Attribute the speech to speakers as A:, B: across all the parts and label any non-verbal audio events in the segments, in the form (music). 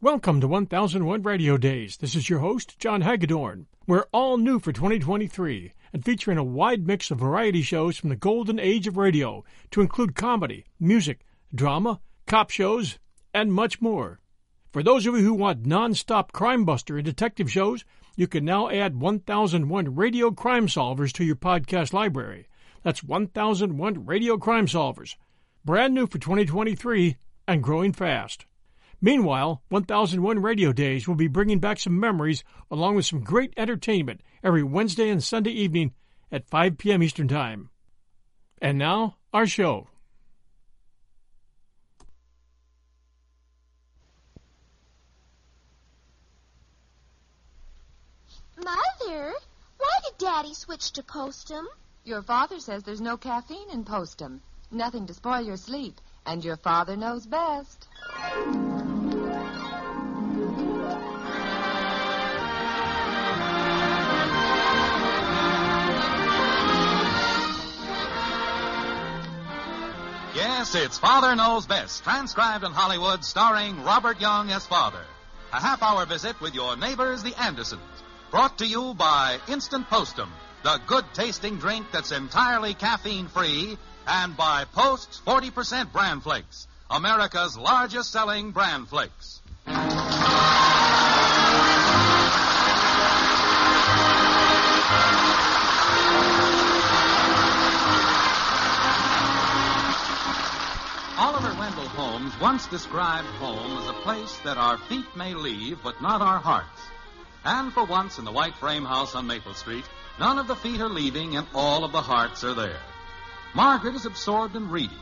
A: Welcome to 1001 Radio Days. This is your host, John Hagedorn. We're all new for 2023 and featuring a wide mix of variety shows from the golden age of radio to include comedy, music, drama, cop shows, and much more. For those of you who want non-stop crime buster and detective shows, you can now add 1001 Radio Crime Solvers to your podcast library. That's 1001 Radio Crime Solvers. Brand new for 2023 and growing fast. Meanwhile, 1001 Radio Days will be bringing back some memories along with some great entertainment every Wednesday and Sunday evening at 5 p.m. Eastern Time. And now, our show.
B: Mother, why did Daddy switch to Postum?
C: Your father says there's no caffeine in Postum. Nothing to spoil your sleep. And your father knows best.
D: Yes, it's Father Knows Best, transcribed in Hollywood, starring Robert Young as father. A half hour visit with your neighbors, the Andersons. Brought to you by Instant Postum, the good tasting drink that's entirely caffeine free, and by Post's 40% Bran Flakes, America's largest selling Bran Flakes. Oliver Wendell Holmes once described home as a place that our feet may leave, but not our hearts. And for once in the white frame house on Maple Street, none of the feet are leaving and all of the hearts are there. Margaret is absorbed in reading.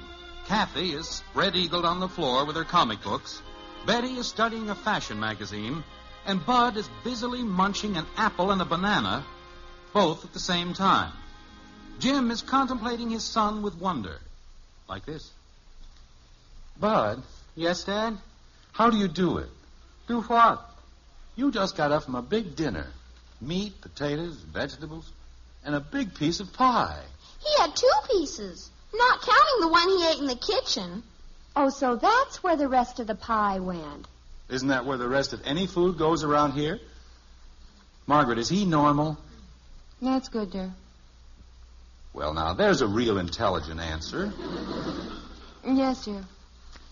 D: Kathy is spread eagled on the floor with her comic books. Betty is studying a fashion magazine. And Bud is busily munching an apple and a banana, both at the same time. Jim is contemplating his son with wonder. Like this.
E: Bud? Yes, Dad? How do you do it? Do what? You just got up from a big dinner meat, potatoes, vegetables, and a big piece of pie.
B: He had two pieces, not counting the one he ate in the kitchen. Oh, so that's where the rest of the pie went.
E: Isn't that where the rest of any food goes around here? Margaret, is he normal?
C: That's good, dear.
E: Well, now, there's a real intelligent answer.
C: Yes, dear.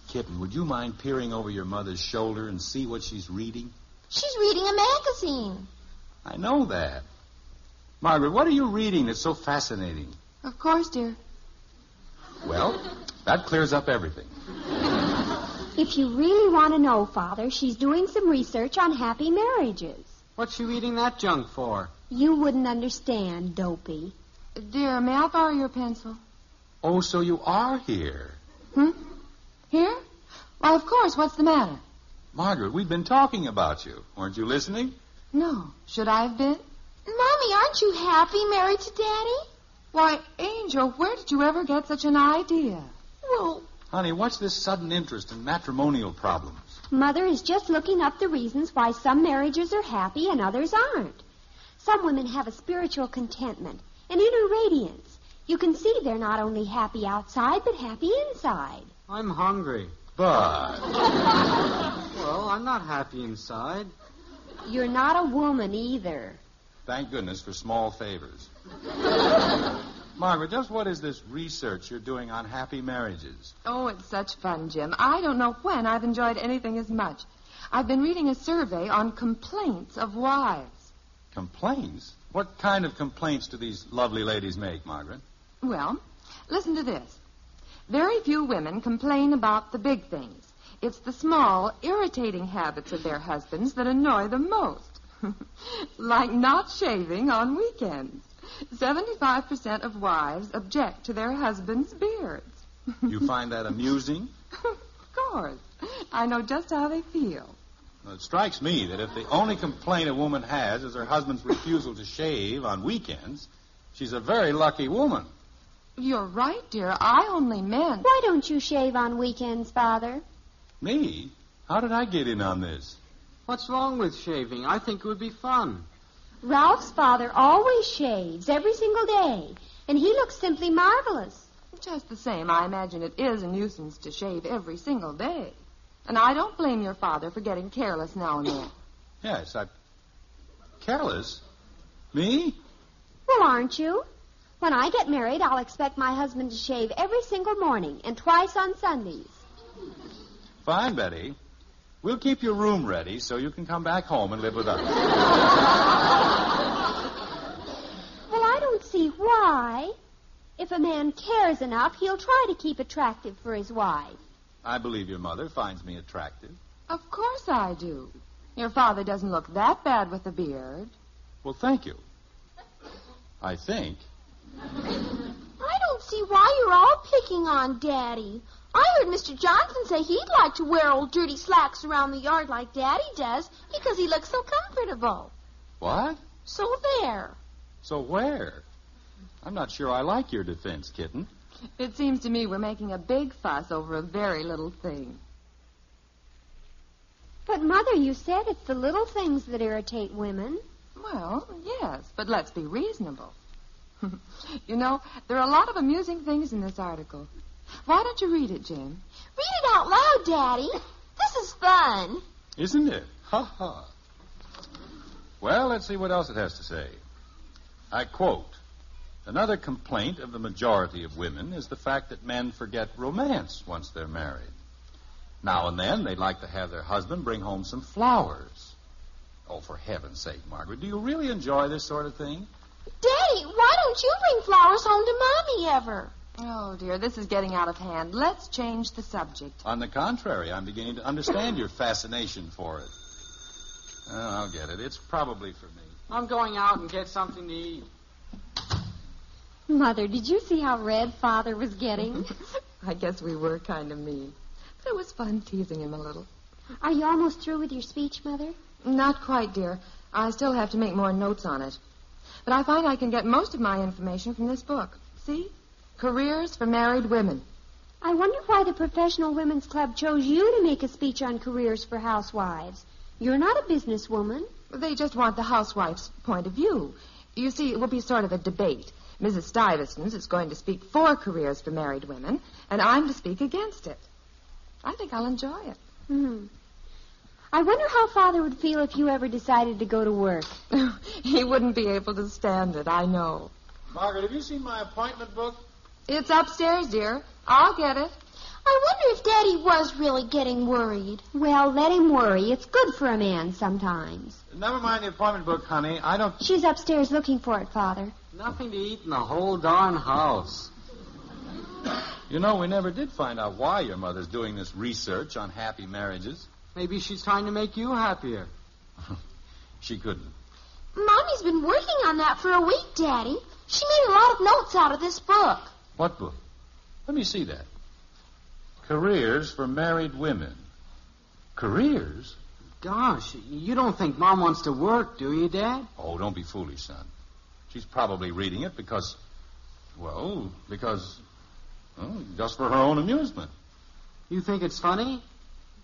E: Kitten, would you mind peering over your mother's shoulder and see what she's reading?
B: She's reading a magazine.
E: I know that. Margaret, what are you reading that's so fascinating?
C: Of course, dear.
E: Well, that clears up everything.
B: If you really want to know, Father, she's doing some research on happy marriages.
F: What's she eating that junk for?
B: You wouldn't understand, Dopey.
C: Dear, may I borrow your pencil?
E: Oh, so you are here.
C: Hmm? Here? Why, of course. What's the matter?
E: Margaret, we've been talking about you. Weren't you listening?
C: No. Should I have been?
B: Mommy, aren't you happy married to Daddy?
C: Why, Angel, where did you ever get such an idea?
B: Well,
E: Honey, what's this sudden interest in matrimonial problems?
B: Mother is just looking up the reasons why some marriages are happy and others aren't. Some women have a spiritual contentment, an inner radiance. You can see they're not only happy outside, but happy inside.
F: I'm hungry.
E: But
F: (laughs) Well, I'm not happy inside.
B: You're not a woman either.
E: thank goodness for small favors. (laughs) Margaret, just what is this research you're doing on happy marriages?
C: Oh, it's such fun, Jim. I don't know when I've enjoyed anything as much. I've been reading a survey on complaints of wives.
E: Complaints? What kind of complaints do these lovely ladies make, Margaret?
C: Well, listen to this. Very few women complain about the big things. It's the small, irritating habits of their husbands that annoy them most. (laughs) like not shaving on weekends. 75% of wives object to their husbands' beards.
E: You find that amusing?
C: of course. I know just how they feel.
E: Now, it strikes me that if the only complaint a woman has is her husband's refusal to shave on weekends, she's a very lucky woman.
C: You're right, dear. I only meant.
B: Why don't you shave on weekends, Father?
E: Me? How did I get in on this?
F: What's wrong with shaving? I think it would be fun.
B: Ralph's father always shaves every single day, and he looks simply marvelous.
C: Just the same, I imagine it is a nuisance to shave every single day. And I don't blame your father for getting careless now and then.
E: Yes, I. Careless? Me?
B: Well, aren't you? When I get married, I'll expect my husband to shave every single morning and twice on Sundays.
E: Fine, Betty. We'll keep your room ready so you can come back home and live with us.
B: Well, I don't see why. If a man cares enough, he'll try to keep attractive for his wife.
E: I believe your mother finds me attractive.
C: Of course I do. Your father doesn't look that bad with a beard.
E: Well, thank you. I think.
B: I don't see why you're all picking on Daddy. I heard Mr. Johnson say he'd like to wear old dirty slacks around the yard like Daddy does because he looks so comfortable.
E: What?
B: So there.
E: So where? I'm not sure I like your defense, kitten.
C: It seems to me we're making a big fuss over a very little thing.
B: But, Mother, you said it's the little things that irritate women.
C: Well, yes, but let's be reasonable. (laughs) you know, there are a lot of amusing things in this article. Why don't you read it, Jim?
B: Read it out loud, Daddy. This is fun.
E: Isn't it? Ha ha. Well, let's see what else it has to say. I quote Another complaint of the majority of women is the fact that men forget romance once they're married. Now and then they'd like to have their husband bring home some flowers. Oh, for heaven's sake, Margaret, do you really enjoy this sort of thing?
B: Daddy, why don't you bring flowers home to Mommy ever?
C: Oh, dear, this is getting out of hand. Let's change the subject.
E: On the contrary, I'm beginning to understand your fascination for it. Oh, I'll get it. It's probably for me.
F: I'm going out and get something to eat.
B: Mother, did you see how red Father was
C: Mm-hmm.
B: getting?
C: (laughs)
B: Mm-hmm.
C: I guess we were kind of mean. But it was fun teasing him a little.
B: Are you almost through with your speech, Mother?
C: Not quite, dear. I still have to make more notes on it. But I find I can get most of my information from this book. See? Careers for Married Women.
B: I wonder why the Professional Women's Club chose you to make a speech on careers for housewives. You're not a businesswoman.
C: They just want the housewife's point of view. You see, it will be sort of a debate. Mrs. Stuyvesant is going to speak for careers for married women, and I'm to speak against it. I think I'll enjoy it.
B: Hmm. I wonder how Father would feel if you ever decided to go to work.
C: (laughs) he wouldn't be able to stand it, I know.
E: Margaret, have you seen my appointment book?
C: It's upstairs, dear. I'll get it.
B: I wonder if Daddy was really getting worried. Well, let him worry. It's good for a man sometimes.
E: Never mind the appointment book, honey. I don't.
B: She's upstairs looking for it, Father.
F: Nothing to eat in the whole darn house.
E: You know, we never did find out why your mother's doing this research on happy marriages.
F: Maybe she's trying to make you happier.
E: (laughs) She couldn't.
B: Mommy's been working on that for a week, Daddy. She made a lot of notes out of this book.
E: What book? Let me see that. Careers for Married Women. Careers?
F: Gosh, you don't think Mom wants to work, do you, Dad?
E: Oh, don't be foolish, son. She's probably reading it because, well, because, well, just for her own amusement.
F: You think it's funny?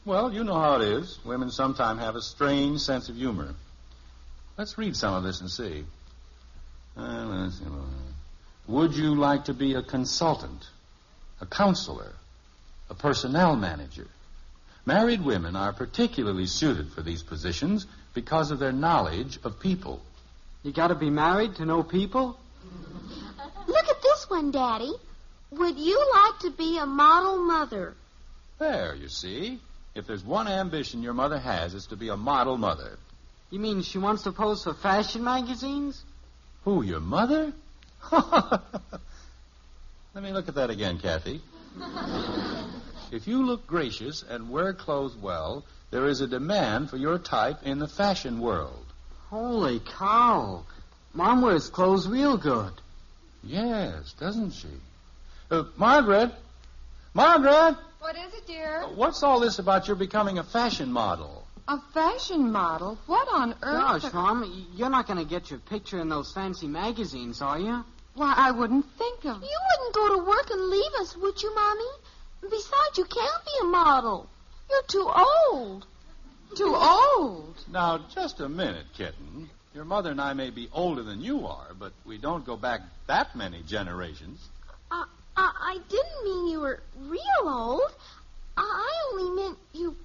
E: Well, you know how it is. Women sometimes have a strange sense of humor. Let's read some of this and see. Uh, let's see. Would you like to be a consultant, a counselor, a personnel manager? Married women are particularly suited for these positions because of their knowledge of people.
F: You gotta be married to know people?
B: Look at this one, Daddy. Would you like to be a model mother?
E: There, you see. If there's one ambition your mother has, it's to be a model mother.
F: You mean she wants to pose for fashion magazines?
E: Who, your mother? Let me look at that
F: (laughs)
E: again, Kathy. if you look gracious and wear clothes well, there is a demand for your type in the fashion world.
F: Holy cow. Mom wears clothes real good.
E: Yes, doesn't she? Uh, Margaret? Margaret?
C: What is it, dear?
E: What's all this about your becoming a fashion (laughs) model?
C: A fashion model? What on earth?
F: Gosh,
E: Oh,
F: Mom, you're not going to get your picture in those fancy magazines, are you?
C: Why, I wouldn't think of.
B: You wouldn't go to work and leave us, would you, Mommy? Besides, you can't be a model. You're too old.
C: Too old.
E: Now, just a minute, kitten. Your mother and I may be older than you are, but we don't go back that many generations.
B: Uh, uh, I didn't mean you were real old. I- I only meant you.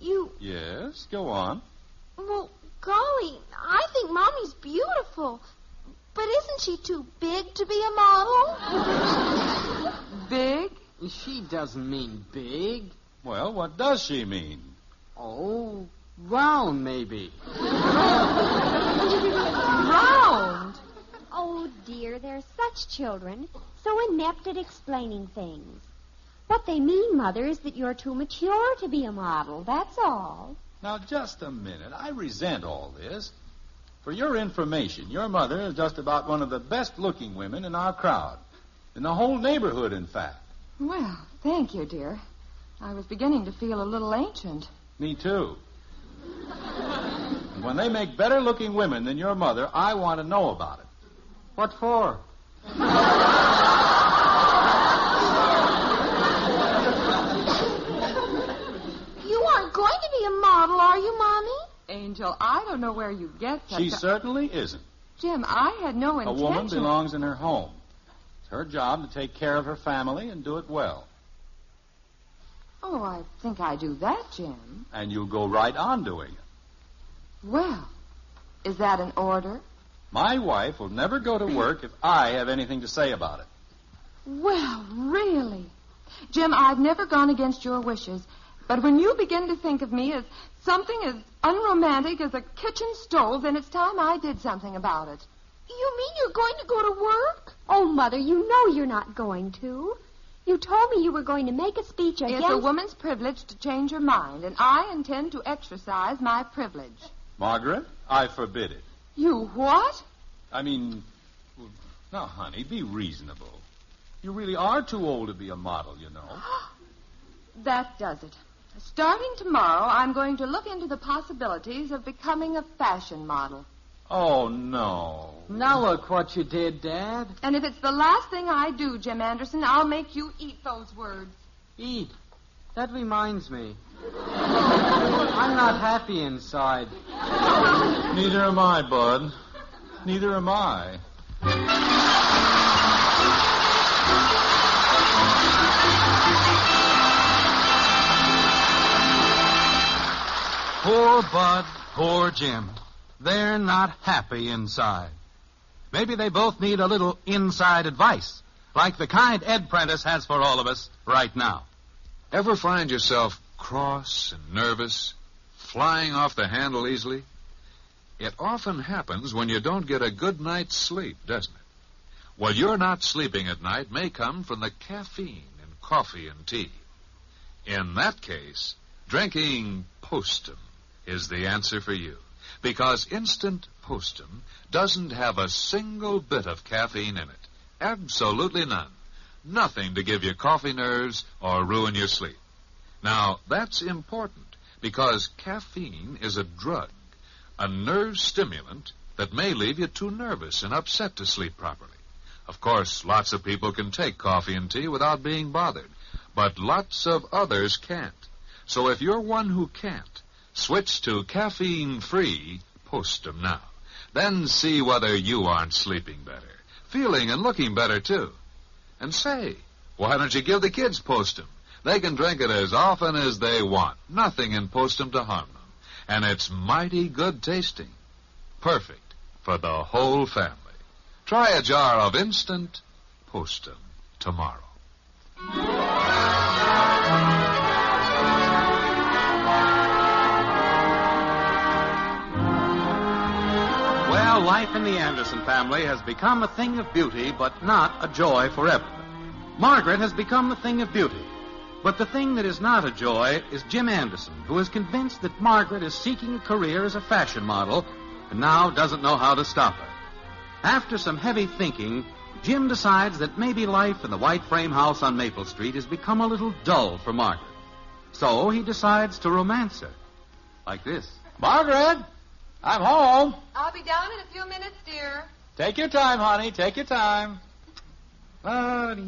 B: You.
E: Yes, go on.
B: Well, golly, I think Mommy's beautiful. But isn't she too big to be a model?
C: Big?
F: She doesn't mean big.
E: Well, what does she mean?
F: Oh, round, maybe.
C: (laughs) Round?
B: Oh, dear, they're such children, so inept at explaining things. What they mean, Mother, is that you're too mature to be a model, that's all.
E: Now, just a minute. I resent all this. For your information, your mother is just about one of the best looking women in our crowd. In the whole neighborhood, in fact.
C: Well, thank you, dear. I was beginning to feel a little ancient.
E: Me too. and when they make better looking women than your mother, I want to know about it.
F: What for?
C: Oh,
B: You aren't going to be a model, are you, Mommy?
C: Angel, I don't know where you get that.
E: She certainly isn't.
C: Jim, I had no
E: A
C: intention.
E: woman belongs in her home. It's her job to take care of her family and do it well.
C: Oh, I think I do that, Jim.
E: And you go right on doing it.
C: Well, is that an order?
E: My wife will never go to work if I have anything to say about it.
C: Well, really. Jim, I've never gone against your wishes, but when you begin to think of me as something as unromantic as a kitchen stove, then it's time I did something about it.
B: You mean you're going to go to work? Oh, Mother, you know you're not going to. You told me you were going to make a speech against...
C: It's a woman's privilege to change her mind, and I intend to exercise my privilege.
E: Margaret, I forbid it.
C: You what?
E: I mean, well, now, honey, be reasonable. You really are too old to be a model,
F: (gasps)
E: you know.
C: That does it. Starting tomorrow, I'm going to look into the possibilities of becoming a fashion model.
E: Oh, no.
F: Now look what you did, Dad.
C: And if it's the last thing I do, Jim Anderson, I'll make you eat those words.
F: Eat. That reminds me. I'm not happy inside.
E: (laughs) Neither am I, Bud. Neither am I. Poor Bud, poor Jim. They're not happy inside. Maybe they both need a little inside advice, like the kind Ed Prentice has for all of us right now.
G: Ever find yourself cross and nervous, flying off the handle easily? It often happens when you don't get a good night's sleep, doesn't it? Well, your not sleeping at night may come from the caffeine in coffee and tea. In that case, drinking Postum is the answer for you, because instant Postum doesn't have a single bit of caffeine in it. Absolutely none nothing to give you coffee nerves or ruin your sleep. Now, that's important because caffeine is a drug, a nerve stimulant that may leave you too nervous and upset to sleep properly. Of course, lots of people can take coffee and tea without being bothered, but lots of others can't. So if you're one who can't, switch to caffeine free Postum now. Then see whether you aren't sleeping better, feeling and looking better too. And say, why don't you give the kids Postum? They can drink it as often as they want. Nothing in Postum to harm them. And it's mighty good tasting. Perfect for the whole family. Try a jar of instant Postum tomorrow.
D: Well, life in the Anderson family has become a thing of beauty, but not a joy forever. Margaret has become a thing of beauty. But the thing that is not a joy is Jim Anderson, who is convinced that Margaret is seeking a career as a fashion model and now doesn't know how to stop her. After some heavy thinking, Jim decides that maybe life in the white frame house on Maple Street has become a little dull for Margaret. So he decides to romance her. like this.
E: Margaret, I'm home.
C: I'll be down in a few minutes, dear.
E: Take your time, honey. Take your time. Bud.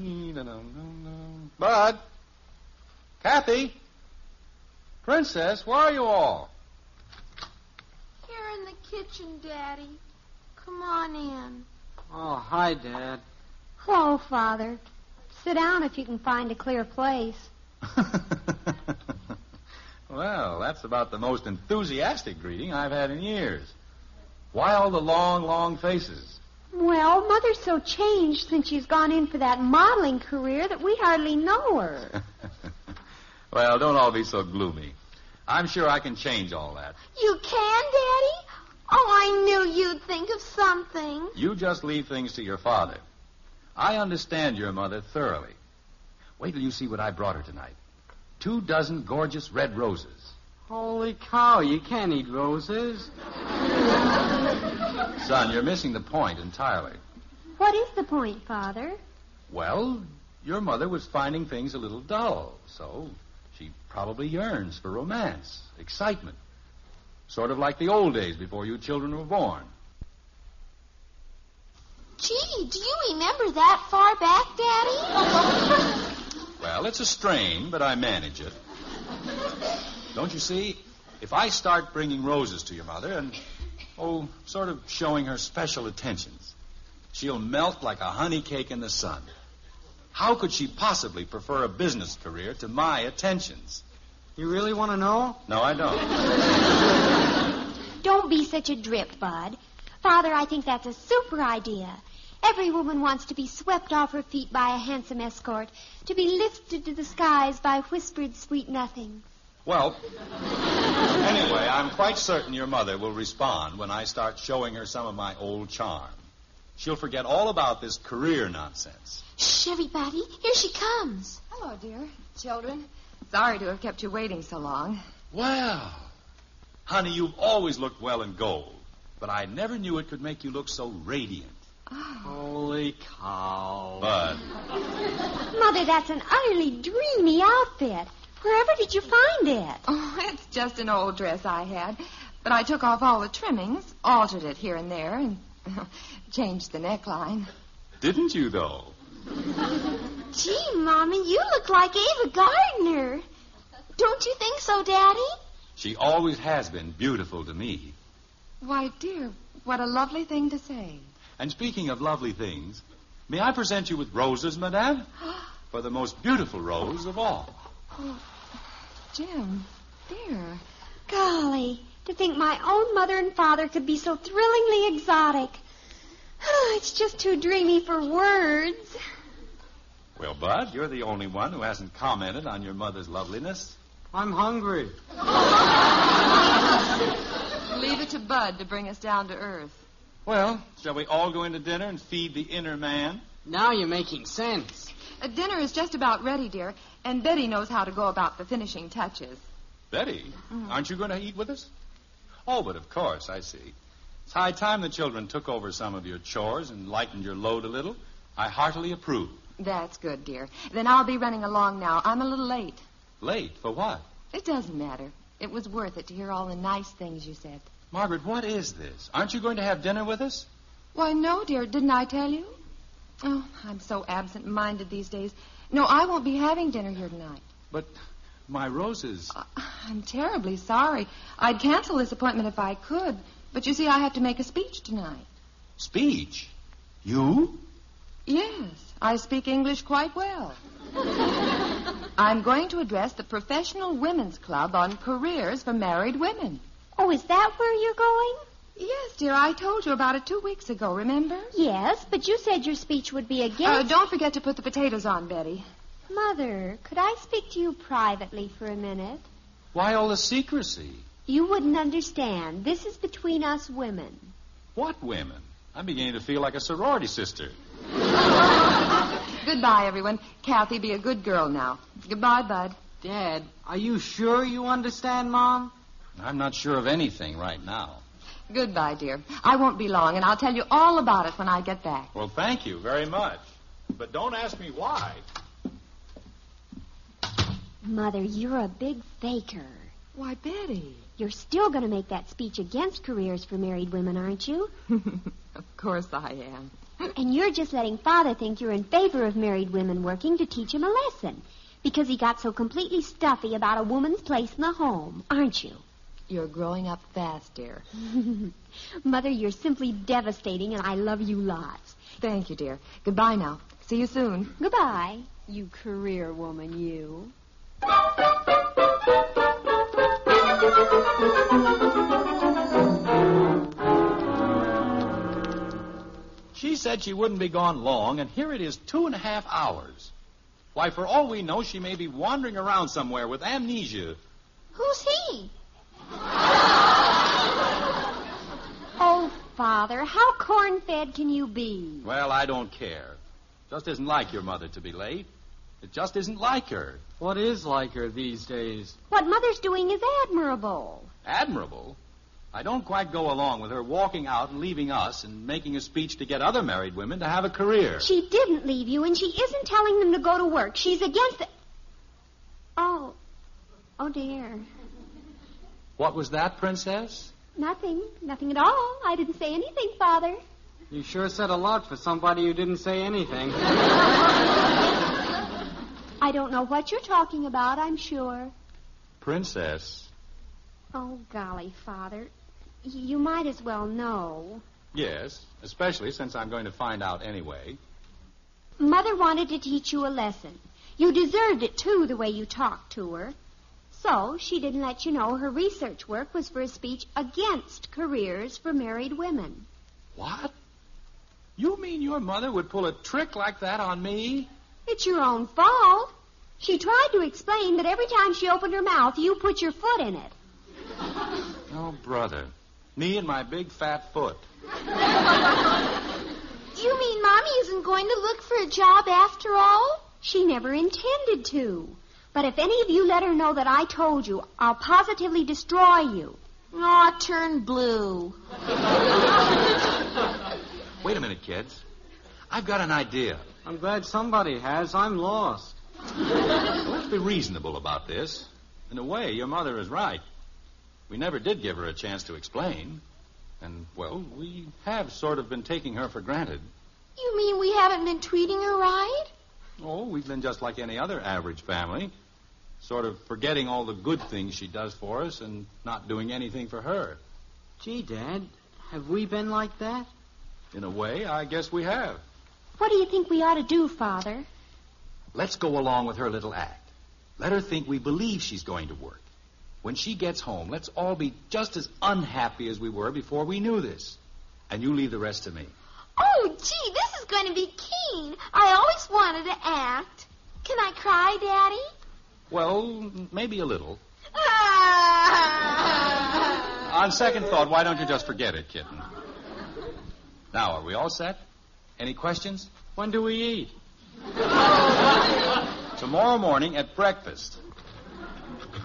E: Kathy. Princess, where are you all?
B: Here in the kitchen, Daddy. Come on in.
F: Oh, hi, Dad.
B: Hello, Father. Sit down if you can find a clear place.
E: well, that's about the most enthusiastic greeting I've had in years. Why all the long, long faces?
B: Well, Mother's so changed since she's gone in for that modeling career that we hardly know her. (laughs)
E: well, don't all be so gloomy. I'm sure I can change all that.
B: You can, Daddy? Oh, I knew you'd think of something.
E: You just leave things to your father. I understand your mother thoroughly. Wait till you see what I brought her tonight. Two dozen gorgeous red roses.
F: Holy cow, you can't eat roses.
E: Son, you're missing the point entirely.
B: What is the point, Father?
E: Well, your mother was finding things a little dull, so she probably yearns for romance, excitement. Sort of like the old days before you children were born.
B: Gee, do you remember that far back, Daddy? (laughs)
E: Well, it's a strain, but I manage it. Don't you see? If I start bringing roses to your mother and, oh, sort of showing her special attentions, she'll melt like a honey cake in the sun. How could she possibly prefer a business career to my attentions?
F: You really want to know?
E: No, I don't.
B: Don't be such a drip, Bud. Father, I think that's a super idea. Every woman wants to be swept off her feet by a handsome escort, to be lifted to the skies by whispered sweet nothings.
E: Well, anyway, I'm quite certain your mother will respond when I start showing her some of my old charm. She'll forget all about this career nonsense.
B: Shh, everybody, here she comes.
C: Hello, dear. Children, sorry to have kept you waiting so long.
E: Well, honey, you've always looked well in gold, but I never knew it could make you look so radiant.
F: Holy cow.
E: But
B: Mother, that's an utterly dreamy outfit. Wherever did you find it?
C: Oh, it's just an old dress I had, but I took off all the trimmings, altered it here and there, and (laughs) changed the neckline.
E: didn't you, though?
B: Gee, Mommy, you look like Ava Gardner. Don't you think so, Daddy?
E: She always has been beautiful to me.
C: Why, dear, what a lovely thing to say.
E: And speaking of lovely things, may I present you with roses, madame? For the most beautiful rose of all.
B: Oh,
C: Jim, dear.
B: Golly, to think my own mother and father could be so thrillingly exotic. (sighs) it's just too dreamy for words.
E: Well, Bud, you're the only one who hasn't commented on your mother's loveliness.
F: I'm hungry.
C: (laughs) Leave it to Bud to bring us down to earth.
E: Well, shall we all go into dinner and feed the inner man?
F: Now you're making sense.
C: Uh, dinner is just about ready, dear, and Betty knows how to go about the finishing touches.
E: Betty, aren't you going to eat with us? Oh, but of course, I see. It's high time the children took over some of your chores and lightened your load a little. I heartily approve.
C: That's good, dear. Then I'll be running along now. I'm a little late.
E: Late, for what?
C: It doesn't matter. It was worth it to hear all the nice things you said.
E: Margaret, what is this? Aren't you going to have dinner with us?
C: Why, no, dear. Didn't I tell you? Oh, I'm so absent minded these days. No, I won't be having dinner here tonight.
E: But my roses.
C: I- I'm terribly sorry. I'd cancel this appointment if I could, but you see, I have to make a speech tonight.
E: Speech? You?
C: Yes, I speak English quite
B: (laughs)
C: well. I'm going to address the Professional Women's Club on careers for married women.
B: Oh, is that where you're going?
C: Yes, dear, I told you about it two weeks ago, remember?
B: Yes, but you said your speech would be
C: Uh,
B: against.
C: don't forget to put the potatoes on, Betty.
B: Mother, could I speak to you privately for a minute?
E: Why all the secrecy?
B: You wouldn't understand. This is between us women.
E: What women? I'm beginning to feel like a sorority sister.
C: Goodbye, everyone. Kathy, be a good girl now. Goodbye, Bud.
F: Dad, are you sure you understand, Mom?
E: I'm not sure of anything right now.
C: Goodbye, dear. I won't be long, and I'll tell you all about it when I get back. (laughs)
E: Well, thank you very much. But don't ask me why.
B: Mother, you're a big faker.
C: Why, Betty.
H: You're still going to make that speech against careers for married women, aren't you?
C: of course I am.
H: (laughs) And you're just letting Father think you're in favor of married women working to teach him a lesson because he got so completely stuffy about a woman's place in the home, aren't you?
C: You're growing up fast, dear.
H: (laughs) Mother, you're simply devastating, and I love you lots.
C: Thank you, dear. Goodbye now. See you soon.
H: Goodbye.
I: You career woman, you.
E: She said she wouldn't be gone long, and here it is two and a half hours. Why, for all we know, she may be wandering around somewhere with amnesia.
H: Who's
C: (laughs)
H: he? oh, Father, how corn fed can you be?
E: Well, I don't care. Just isn't like your mother to be late. It just isn't like her.
F: What is like her these days?
H: What Mother's doing is admirable.
E: Admirable. I don't quite go along with her walking out and leaving us and making a speech to get other married women to have a career.
H: She didn't leave you, and she isn't telling them to go to work. She's against it. Oh, oh dear.
E: What was that, Princess?
H: Nothing. Nothing at all. I didn't say anything, Father.
F: You sure said a lot for somebody who didn't say anything.
H: I don't know what you're talking about, I'm sure.
E: Princess.
H: Oh, golly, Father. Y- You might as well know.
E: Yes, especially since I'm going to find out anyway.
H: Mother wanted to teach you a lesson. You deserved it, too, the way you talked to her. So she didn't let you know her research work was for a speech against careers for married women.
E: What? You mean your mother would pull a trick like that on me?
H: It's your own fault. She tried to explain that every time she opened her mouth, you put your foot in it.
E: Oh, brother. Me and my big fat foot.
H: You mean Mommy isn't going to look for a job after all? She never intended to. But if any of you let her know that I told you, I'll positively destroy you. Aw, turn blue.
E: Wait a minute, kids. I've got an idea.
F: I'm glad somebody has. I'm lost.
E: (laughs) Let's be reasonable about this. In a way, your mother is right. We never did give her a chance to explain. And, well, we have sort of been taking her for granted.
H: You mean we haven't been treating her right?
E: Oh, we've been just like any other average family, sort of forgetting all the good things she does for us and not doing anything for her.
F: Gee, Dad, have we been like that?
E: In a way, I guess we have.
H: What do you think we ought to do, Father?
E: Let's go along with her little act. Let her think we believe she's going to work. When she gets home, let's all be just as unhappy as we were before we knew this. And you leave the rest to me.
H: Oh, gee, this is going to be keen. I always wanted to act. Can I cry, Daddy?
E: Well, maybe a little. On second thought, why don't you just forget it, kitten? Now, are we all set? Any questions?
F: When do we eat?
E: Tomorrow morning at breakfast.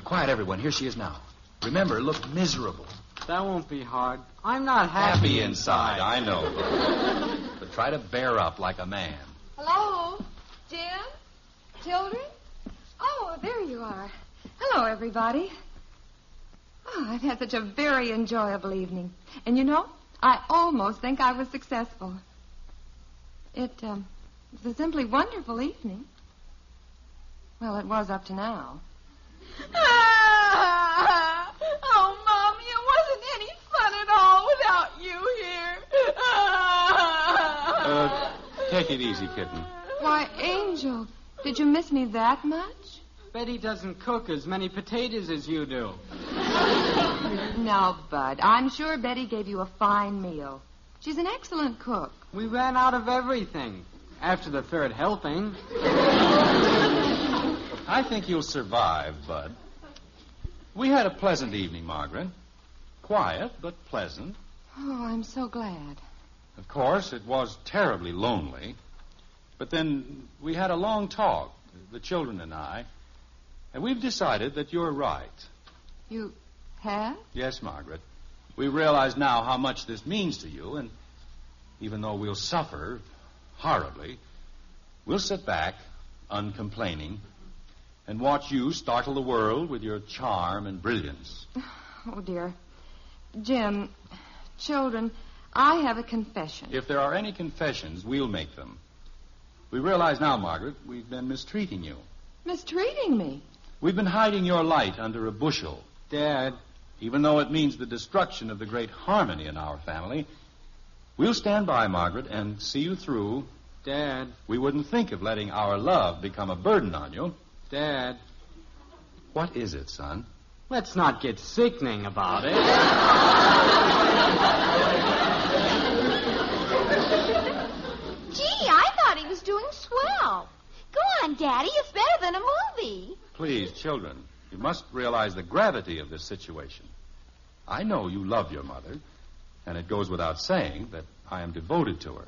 E: Quiet, everyone. Here she is now. Remember, look miserable.
F: That won't be hard. I'm not happy,
E: Happy inside, I know. but try to bear up like a man.
C: Hello? Jim? Children? Oh, there you are. Hello, everybody. Oh, I've had such a very enjoyable evening. And you know, I almost think I was successful. It, um, was a simply wonderful evening. Well, it was up to now. Oh, Mommy, it wasn't any fun at all without you here.
E: Uh, take it easy, kitten.
C: Why, Angel, did you miss me that much?
F: Betty doesn't cook as many potatoes as you do.
C: No, Bud. I'm sure Betty gave you a fine meal. She's an excellent cook.
F: We ran out of everything after the third helping.
E: I think you'll survive, Bud. We had a pleasant evening, Margaret. Quiet, but pleasant.
C: Oh, I'm so glad.
E: Of course, it was terribly lonely. But then we had a long talk, the children and I, and we've decided that you're right.
C: You have?
E: Yes, Margaret. We realize now how much this means to you, and even though we'll suffer horribly, we'll sit back, uncomplaining, and watch you startle the world with your charm and brilliance.
C: Oh, dear. Jim, children, I have a confession.
E: If there are any confessions, we'll make them. We realize now, Margaret, we've been mistreating you.
C: Mistreating me.
E: We've been hiding your light under a bushel. Dad. Even though it means the destruction of the great harmony in our family, we'll stand by, Margaret, and see you through.
F: Dad,
E: We wouldn't think of letting our love become a burden on you.
F: Dad,
E: What is it, son?
F: let's not get sickening about it.
B: (laughs) Gee, I thought he was doing swell. Go on, Daddy. It's better than a movie.
E: Please, children, you must realize the gravity of this situation. I know you love your mother, and it goes without saying that I am devoted to her.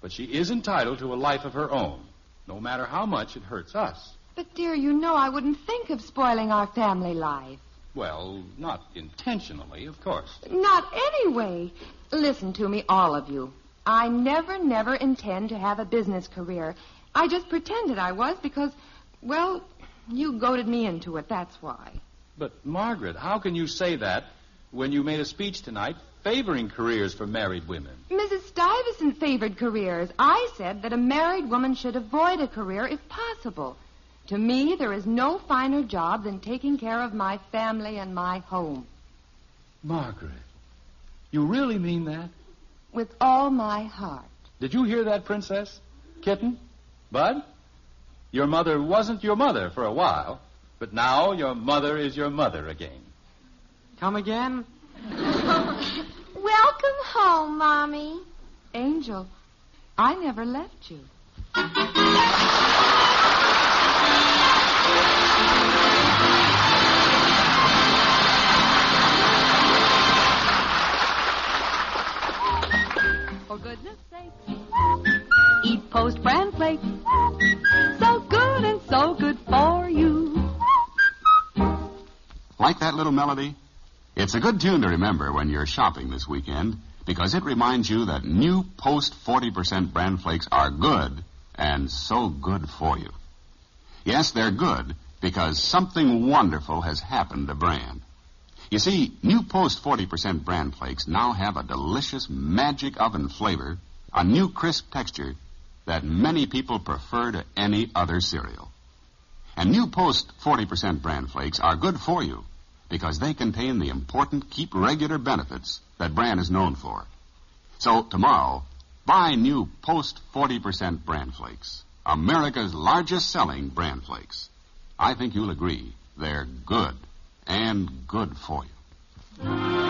E: But she is entitled to a life of her own, no matter how much it hurts us.
C: But, dear, you know I wouldn't think of spoiling our family life.
E: Well, not intentionally, of course.
C: Not anyway. Listen to me, all of you. I never, never intend to have a business career. I just pretended I was because, well, you goaded me into it, that's why.
E: But, Margaret, how can you say that when you made a speech tonight favoring careers for married women?
C: Mrs. Stuyvesant favored careers. I said that a married woman should avoid a career if possible. To me, there is no finer job than taking care of my family and my home
E: Margaret, you really mean that?
C: with all my heart.
E: Did you hear that, Princess? Kitten? Bud? Your mother wasn't your mother for a while, but now your mother is your mother again.
F: Come again?
B: Welcome home, Mommy.
C: Angel, I never left you. (laughs) For goodness sake, eat post bran flakes. So good and so good for you.
J: Like that little melody? It's a good tune to remember when you're shopping this weekend because it reminds you that new post 40% bran flakes are good and so good for you. Yes, they're good because something wonderful has happened to bran. You see, new post 40% bran flakes now have a delicious magic oven flavor, a new crisp texture that many people prefer to any other cereal. And new post 40% bran flakes are good for you because they contain the important keep regular benefits that bran is known for. So tomorrow, buy new post 40% bran flakes, America's largest selling bran flakes. I think you'll agree they're good and good for you.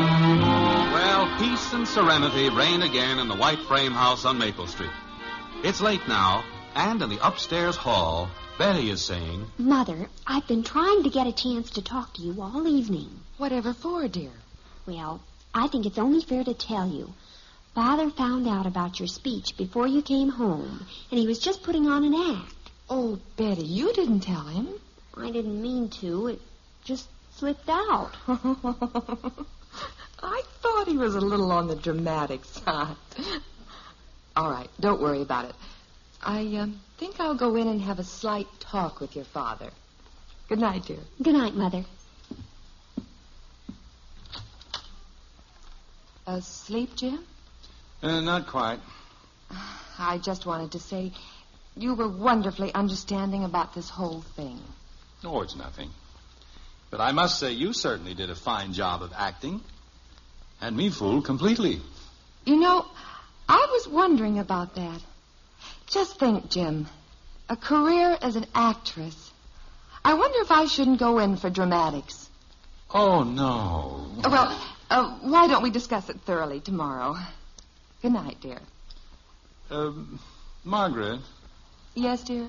D: Well, peace and serenity reign again in the white frame house on Maple Street. It's late now, and in the upstairs hall, Betty is saying,
B: Mother, I've been trying to get a chance to talk to you all evening.
C: Whatever for, dear?
B: Well, I think it's only fair to tell you. Father found out about your speech before you came home, and he was just putting on an act.
C: Oh, Betty, you didn't tell him.
B: I didn't mean to. It just slipped out.
C: (laughs) I thought he was a little on the dramatic side. All right, don't worry about it. I um, think I'll go in and have a slight talk with your father. Good night, dear.
B: Good night, Mother.
C: Asleep, Jim?
E: Uh, not quite.
C: I just wanted to say you were wonderfully understanding about this whole thing.
E: Oh, it's nothing. But I must say, you certainly did a fine job of acting. And me fooled completely.
C: You know, I was wondering about that. Just think, Jim. A career as an actress. I wonder if I shouldn't go in for dramatics.
E: Oh, no.
C: Well, uh, why don't we discuss it thoroughly tomorrow? Good night, dear.
E: Um, Margaret,
C: Yes, dear?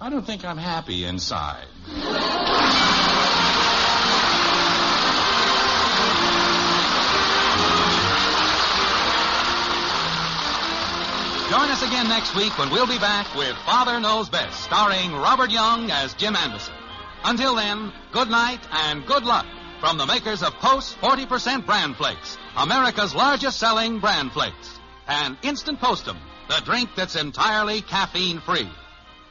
E: I don't think I'm happy inside.
D: Join us again next week when we'll be back with Father Knows Best, starring Robert Young as Jim Anderson. Until then, good night and good luck from the makers of Post 40% Bran Flakes, America's largest selling bran flakes, and Instant Postum, the drink that's entirely caffeine free.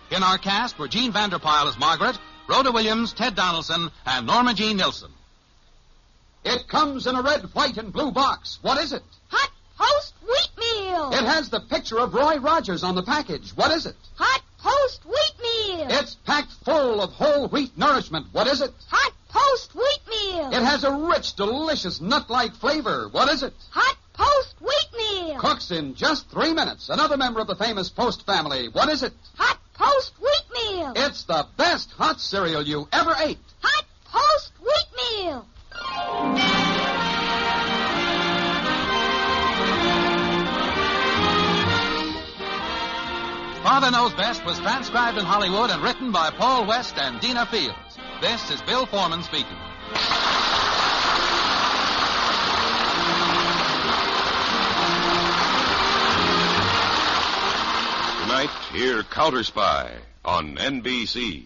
D: In our cast were Gene Vanderpyle as Margaret, Rhoda Williams, Ted Donaldson, and Norma Jean Nilsson. It comes in a red, white, and blue box. What is it?
H: Hot Post Wheat Meal.
K: It has the picture of Roy Rogers on the package. What is it?
H: Hot Post Wheat Meal.
K: It's packed full of whole wheat nourishment. What is it?
H: Hot Post Wheat Meal.
K: It has a rich, delicious, nut-like flavor. What is it?
H: Hot Post Wheat Meal.
K: Cooks in just three minutes. Another member of the famous Post family. What is it?
H: Hot Post Wheat Meal.
K: It's the best hot cereal you ever ate.
H: Hot Post Wheat Meal.
D: Father Knows Best was transcribed in Hollywood and written by Paul West and Dina Fields. This is Bill Foreman speaking.
L: Tonight, hear Counter Spy on NBC.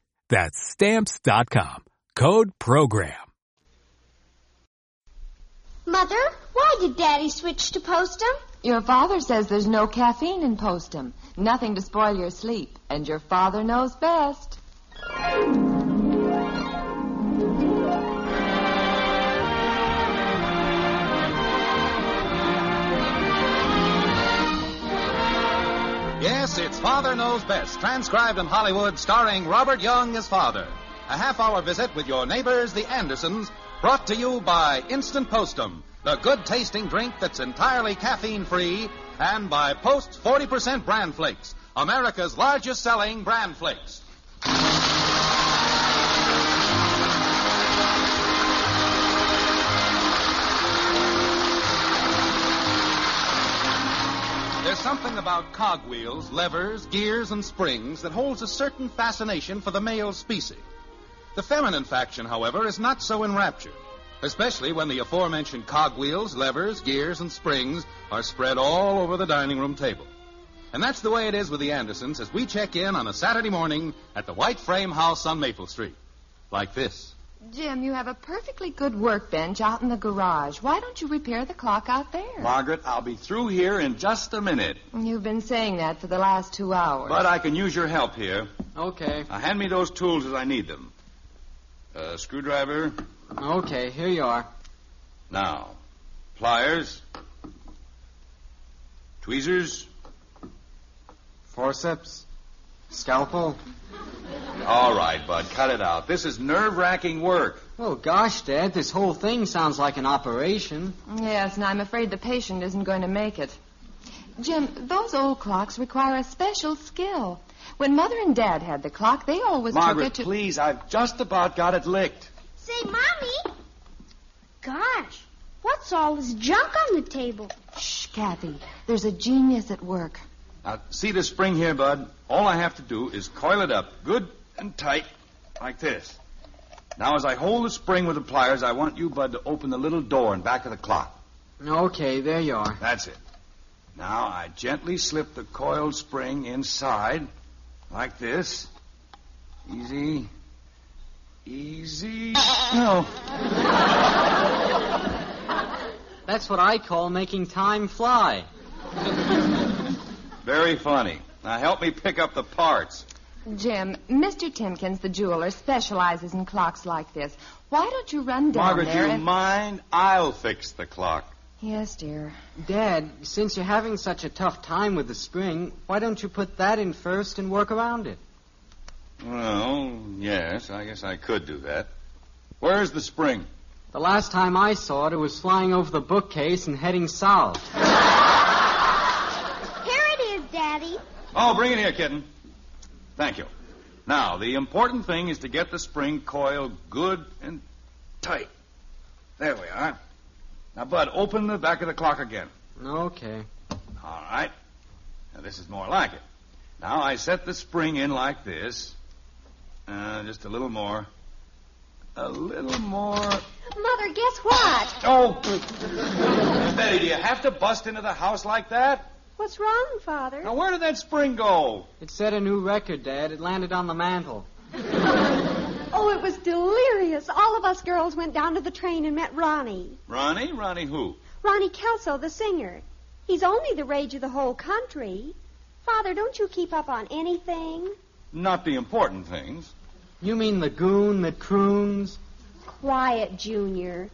M: That's stamps.com. Code program.
B: Mother, why did Daddy switch to Postum?
C: Your father says there's no caffeine in Postum, nothing to spoil your sleep, and your father knows best.
D: Yes, it's Father Knows Best, transcribed in Hollywood, starring Robert Young as father. A half hour visit with your neighbors, the Andersons, brought to you by Instant Postum, the good tasting drink that's entirely caffeine free, and by Post 40% Bran Flakes, America's largest selling bran flakes. There's something about cogwheels, levers, gears, and springs that holds a certain fascination for the male species. The feminine faction, however, is not so enraptured, especially when the aforementioned cogwheels, levers, gears, and springs are spread all over the dining room table. And that's the way it is with the Andersons as we check in on a Saturday morning at the White Frame House on Maple Street. Like this.
C: Jim, you have a perfectly good workbench out in the garage. Why don't you repair the clock out there?
E: Margaret, I'll be through here in just a minute.
C: You've been saying that for the last two hours.
E: But I can use your help here.
F: Oh, Okay.
E: Now, hand me those tools as I need them. Uh, screwdriver.
F: Okay, here you are.
E: Now, pliers. Tweezers.
F: Forceps. Scalpel.
E: All right, bud, cut it out. This is nerve wracking work.
F: Well, Oh, gosh, Dad, this whole thing sounds like an operation.
C: Yes, and I'm afraid the patient isn't going to make it. Jim, those old clocks require a special skill. When Mother and Dad had the clock, they always
E: Margaret,
C: took it to.
E: please, I've just about got it licked.
H: Say, Mommy. Gosh, what's all this junk on the table?
C: Shh, Kathy. There's a genius at work.
E: Now, see the spring here, bud? All I have to do is coil it up good and tight, like this. Now, as I hold the spring with the pliers, I want you, bud, to open the little door in back of the clock.
F: Okay, there you are.
E: That's it. Now, I gently slip the coiled spring inside, like this. Easy. Easy. No.
F: That's what I call making time fly.
E: Very funny. Now, help me pick up the parts.
C: Jim, Mr. Timkins, the jeweler, specializes in clocks like this. Why don't you run down
E: Margaret, do
C: there
E: you
C: and...
E: mind? I'll fix the clock.
N: Yes, dear.
F: Dad, since you're having such a tough time with the spring, why don't you put that in first and work around it?
E: Well, yes, I guess I could do that. Where's the spring?
F: The last time I saw it, it was flying over the bookcase and heading south.
H: Here it is, Daddy.
E: Oh, bring it here, kitten. Thank you. Now, the important thing is to get the spring coiled good and tight. There we are. Now, Bud, open the back of the clock again.
F: Okay.
E: All right. Now, this is more like it. Now, I set the spring in like this. Uh, just a little more. A little more.
H: Mother, guess what?
E: Oh! Betty, do you have to bust into the house like that?
H: What's wrong, Father?
E: Now, where did that spring go?
F: It set a new record, Dad. It landed on the mantel.
H: Oh, it was delirious. All of us girls went down to the train and met Ronnie.
E: Ronnie? Ronnie who?
H: Ronnie Kelso, the singer. He's only the rage of the whole country. Father, don't you keep up on anything?
E: Not the important things.
F: You mean the goon that croons?
H: Quiet, Junior.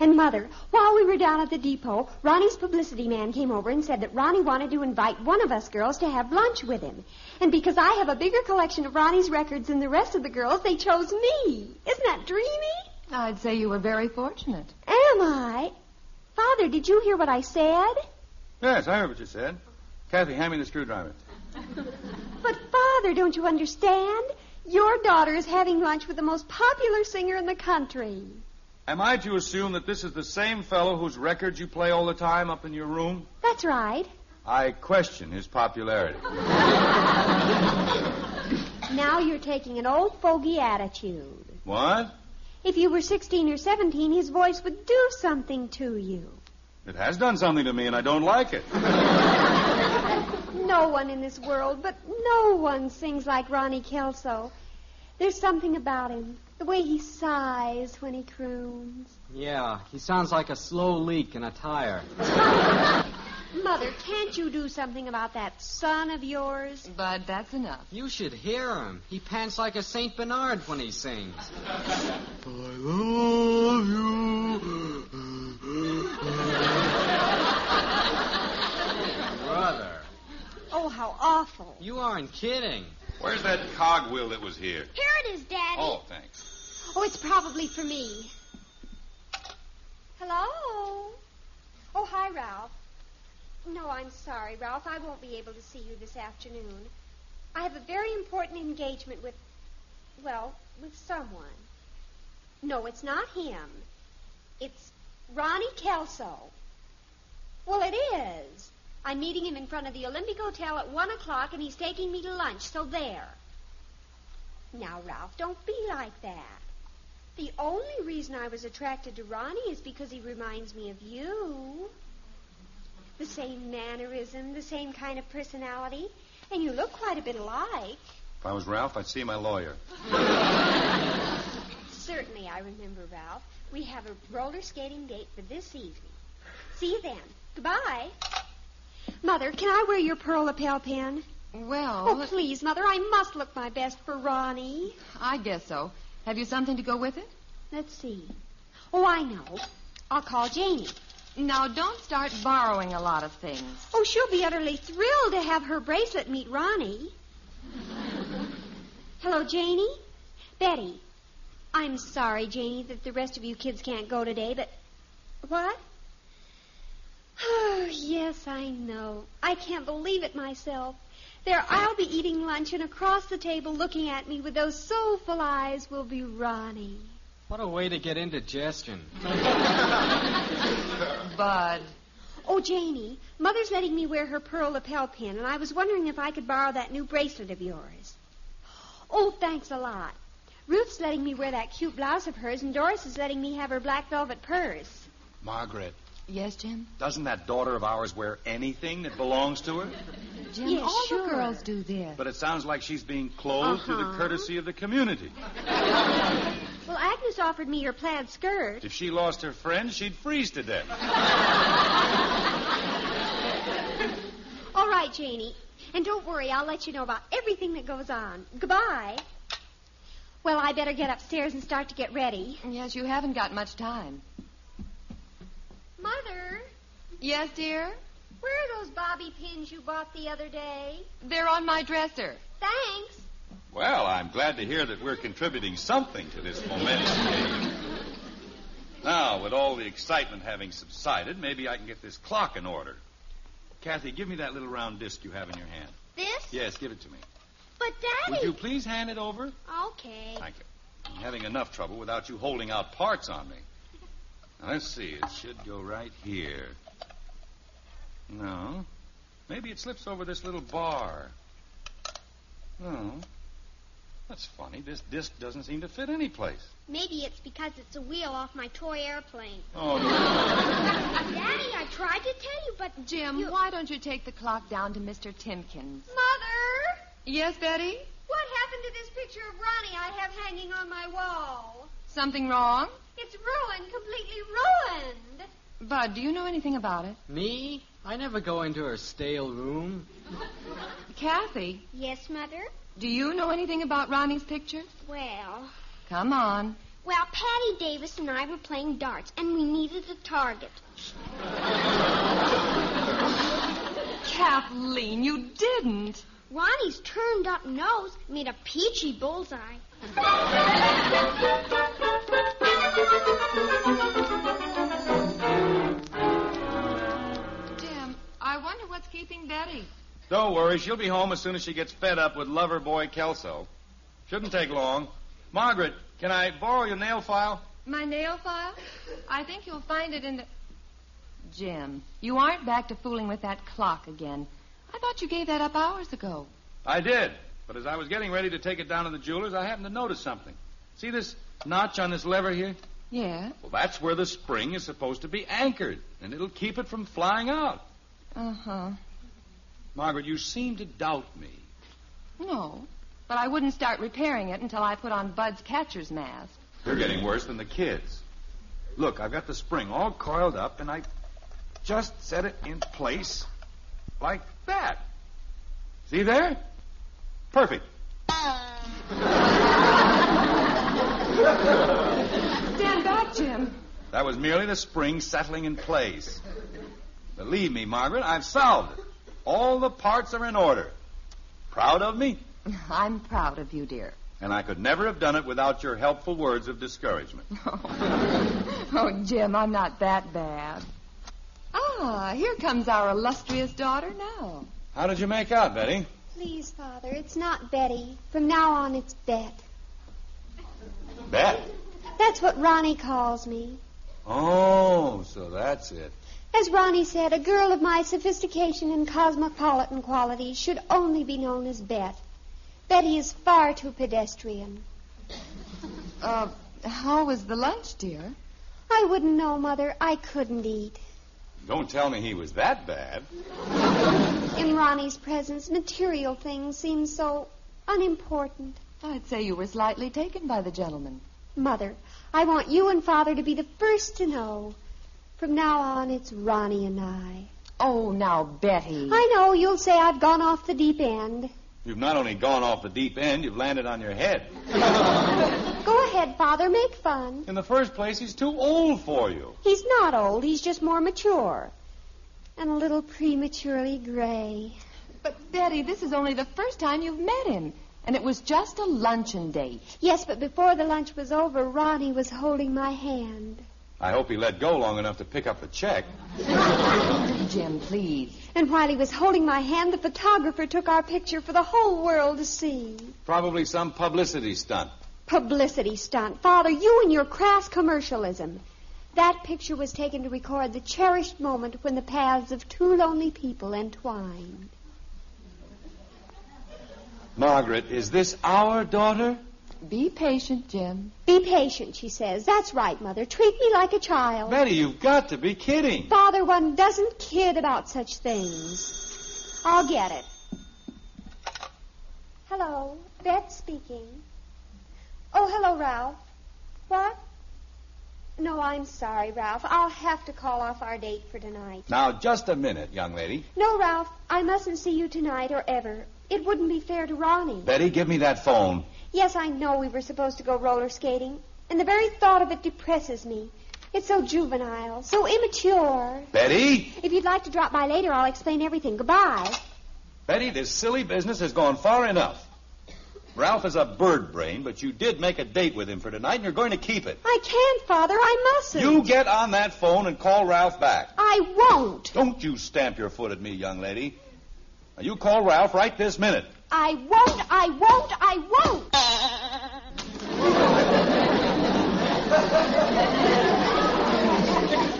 H: And, Mother, while we were down at the depot, Ronnie's publicity man came over and said that Ronnie wanted to invite one of us girls to have lunch with him. And because I have a bigger collection of Ronnie's records than the rest of the girls, they chose me. Isn't that dreamy?
N: I'd say you were very fortunate.
H: Am I? Father, did you hear what I said?
E: Yes, I heard what you said. Kathy, hand me the screwdriver.
H: But, Father, don't you understand? Your daughter is having lunch with the most popular singer in the country.
E: Am I to assume that this is the same fellow whose records you play all the time up in your room?
H: That's right.
E: I question his popularity.
H: Now you're taking an old fogey attitude.
E: What?
H: If you were 16 or 17, his voice would do something to you.
E: It has done something to me, and I don't like it.
H: No one in this world, but no one sings like Ronnie Kelso. There's something about him. The way he sighs when he croons.
F: Yeah, he sounds like a slow leak in a tire.
H: Mother, can't you do something about that son of yours?
N: Bud, that's enough.
F: You should hear him. He pants like a St. Bernard when he sings. I love you. Brother,
H: Oh, how awful.
F: you aren't kidding.
L: Where's that cogwheel that was here?
H: Here it is, Daddy.
L: Oh, thanks.
H: Oh, it's probably for me. Hello? Oh, hi, Ralph. No, I'm sorry, Ralph. I won't be able to see you this afternoon. I have a very important engagement with, well, with someone. No, it's not him. It's Ronnie Kelso. Well, it is. I'm meeting him in front of the Olympic Hotel at one o'clock, and he's taking me to lunch, so there. Now, Ralph, don't be like that. The only reason I was attracted to Ronnie is because he reminds me of you. The same mannerism, the same kind of personality, and you look quite a bit alike.
E: If I was Ralph, I'd see my lawyer.
H: Certainly, I remember, Ralph. We have a roller skating date for this evening. See you then. Goodbye. Mother, can I wear your pearl lapel pin?
N: Well,
H: Oh, please, Mother, I must look my best for Ronnie.
N: I guess so. Have you something to go with it?
H: Let's see. Oh, I know. I'll call Janie.
N: Now, don't start borrowing a lot of things.
H: Oh, she'll be utterly thrilled to have her bracelet meet Ronnie. Hello, Janie? Betty. I'm sorry, Janie, that the rest of you kids can't go today, but. What? Oh, yes, I know. I can't believe it myself. There, I'll be eating lunch, and across the table, looking at me with those soulful eyes, will be Ronnie.
F: What a way to get indigestion.
N: Bud,
H: Oh, Janie, Mother's letting me wear her pearl lapel pin, and I was wondering if I could borrow that new bracelet of yours. Oh, thanks a lot. Ruth's letting me wear that cute blouse of hers, and Doris is letting me have her black velvet purse.
E: Margaret,
N: yes, Jim?
E: doesn't that daughter of ours wear anything that belongs to her?
N: Jim,
H: Yes,
N: all
H: sure.
N: the girls do this.
E: But it sounds like she's being clothed to the
H: Uh-huh.
E: courtesy of the community.
H: Well, Agnes offered me her
N: (laughs)
H: plaid skirt.
E: If she lost her friends, she'd freeze to death.
H: All right, Janie. And don't worry, I'll let you know about everything that goes on. Goodbye. Well, I better get upstairs and start to get ready.
N: Yes, you haven't got much time.
H: Mother?
C: Yes, dear?
H: Where are those bobby pins you bought the other day?
C: They're on my dresser.
H: Thanks.
E: Well, I'm glad to hear that we're contributing something to this momentous game. Now, with all the excitement having subsided, maybe I can get this clock in order. Kathy, give me that little round disc you have in your hand.
H: This?
E: Yes, give it to me.
H: But,
E: Would
H: Daddy.
E: you please hand it over?
H: Okay.
E: Thank you. I'm having enough trouble without you holding out parts on me. Now, let's see. It should go right here. No. Maybe it slips over this little bar. No. That's funny. This disc doesn't seem to fit any place.
H: Maybe it's because it's a wheel off my toy airplane. (laughs)
E: Oh,
H: Daddy, I tried to tell you, but
C: Jim,
H: you-
C: why don't you take the clock down to Mr. Timkins?
H: Mother,
C: Yes, Betty?
H: what happened to this picture of Ronnie I have hanging on my wall?
C: Something wrong?
H: It's ruined, completely ruined.
C: Bud, do you know anything about it?
F: Me? I never go into her stale room.
C: Kathy,
H: Yes, Mother.
C: do you know anything about Ronnie's picture?
H: Well,
C: Come on.
H: well, Patty Davis and I were playing darts, and we needed a target.
C: Kathleen, you didn't.
H: Ronnie's turned up nose made a peachy bullseye.
C: Jim, I wonder what's keeping Betty.
E: Don't worry. She'll be home as soon as she gets fed up with lover boy Kelso. Shouldn't take long. Margaret, can I borrow your nail file?
C: My nail file? I think you'll find it in the. Jim, you aren't back to fooling with that clock again. I thought you gave that up hours ago.
E: I did. But as I was getting ready to take it down to the jeweler's, I happened to notice something. See this notch on this lever here?
C: Yeah?
E: Well, that's where the spring is supposed to be anchored, and it'll keep it from flying out.
C: Uh huh.
E: Margaret, you seem to doubt me.
C: No. But I wouldn't start repairing it until I put on Bud's catcher's mask.
E: You're getting worse than the kids. Look, I've got the spring all coiled up, and I just set it in place like that. See there? Perfect.
C: Stand back, Jim.
E: That was merely the spring settling in place. Believe me, Margaret, I've solved it. All the parts are in order. Proud of me?
C: (laughs) I'm proud of you, dear.
E: And I could never have done it without your helpful words of discouragement.
C: (laughs) Oh, Jim, I'm not that bad. Ah, here comes our illustrious daughter now.
E: How did you make out, Betty?
H: Please, Father, it's not Betty. From now on, it's Bet.
E: Bet.
H: That's what Ronnie calls me.
E: Oh, so that's it.
H: As Ronnie said, a girl of my sophistication and cosmopolitan qualities should only be known as Bet. Betty is far too pedestrian.
C: Uh, how was the lunch, dear?
H: I wouldn't know, Mother. I couldn't eat.
E: Don't tell me he was that bad.
H: In Ronnie's presence, material things seem so unimportant.
C: I'd say you were slightly taken by the gentleman.
H: Mother, I want you and Father to be the first to know. From now on, it's Ronnie and I.
C: Oh, now, Betty.
H: I know you'll say I've gone off the deep end.
E: You've not only gone off the deep end, you've landed on your head.
H: Go ahead, Father, make fun.
E: In the first place, he's too old for you.
H: He's not old, he's just more mature. And a little prematurely gray.
C: But, Betty, this is only the first time you've met him, and it was just a luncheon date.
H: Yes, but before the lunch was over, Ronnie was holding my hand.
E: I hope he let go long enough to pick up the check.
C: Jim, please.
H: And while he was holding my hand, the photographer took our picture for the whole world to see.
E: Probably some publicity stunt.
H: Publicity stunt. Father, you and your crass commercialism. That picture was taken to record the cherished moment when the paths of two lonely people entwined.
E: Margaret, is this our daughter?
C: Be patient, Jim.
H: Be patient, she says. That's right, Mother. Treat me like a child.
E: Betty, you've got to be kidding.
H: Father, one doesn't kid about such things. I'll get it. Hello, Bet speaking. Oh, hello, Ralph. What? No, I'm sorry, Ralph. I'll have to call off our date for tonight.
E: Now, just a minute, young lady.
H: No, Ralph, I mustn't see you tonight or ever. It wouldn't be fair to Ronnie.
E: Betty, give me that phone.
H: Yes, I know we were supposed to go roller skating, and the very thought of it depresses me.
O: It's so juvenile, so immature.
E: Betty?
O: If you'd like to drop by later, I'll explain everything. Goodbye.
E: Betty, this silly business has gone far enough. Ralph is a bird brain, but you did make a date with him for tonight, and you're going to keep it.
O: I can't, Father. I mustn't.
E: You get on that phone and call Ralph back.
O: I won't.
E: Don't you stamp your foot at me, young lady. Now, you call Ralph right this minute.
O: I won't. I won't. I won't.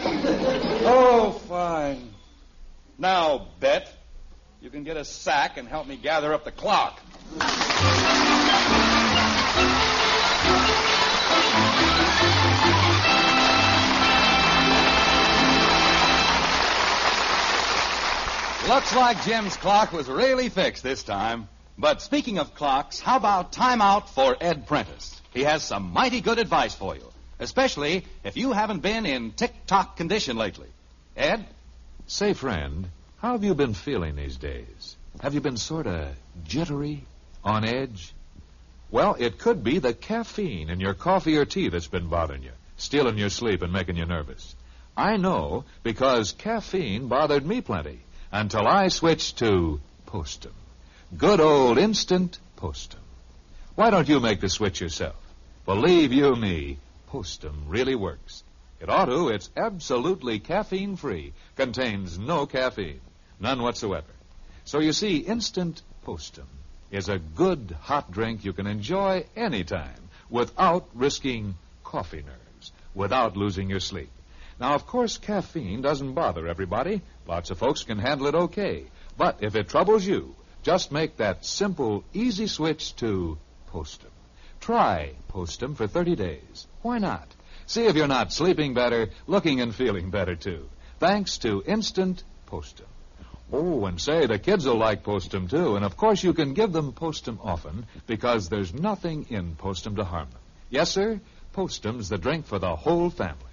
E: Oh, fine. Now, Bet, you can get a sack and help me gather up the clock. Looks like Jim's clock was really fixed this time. But speaking of clocks, how about time out for Ed Prentice? He has some mighty good advice for you, especially if you haven't been in tick-tock condition lately. Ed?
G: Say, friend, how have you been feeling these days? Have you been sort of jittery, on edge? Well, it could be the caffeine in your coffee or tea that's been bothering you, stealing your sleep and making you nervous. I know because caffeine bothered me plenty until I switched to Postum. Good old instant Postum. Why don't you make the switch yourself? Believe you me, Postum really works. It ought to. It's absolutely caffeine free, contains no caffeine, none whatsoever. So you see, instant Postum is a good hot drink you can enjoy any time without risking coffee nerves, without losing your sleep. Now, of course, caffeine doesn't bother everybody. Lots of folks can handle it okay. But if it troubles you, just make that simple, easy switch to Postum. Try Postum for 30 days. Why not? See if you're not sleeping better, looking and feeling better, too. Thanks to instant Postum. Oh, and say, the kids will like Postum, too. And of course, you can give them Postum often because there's nothing in Postum to harm them. Yes, sir? Postum's the drink for the whole family.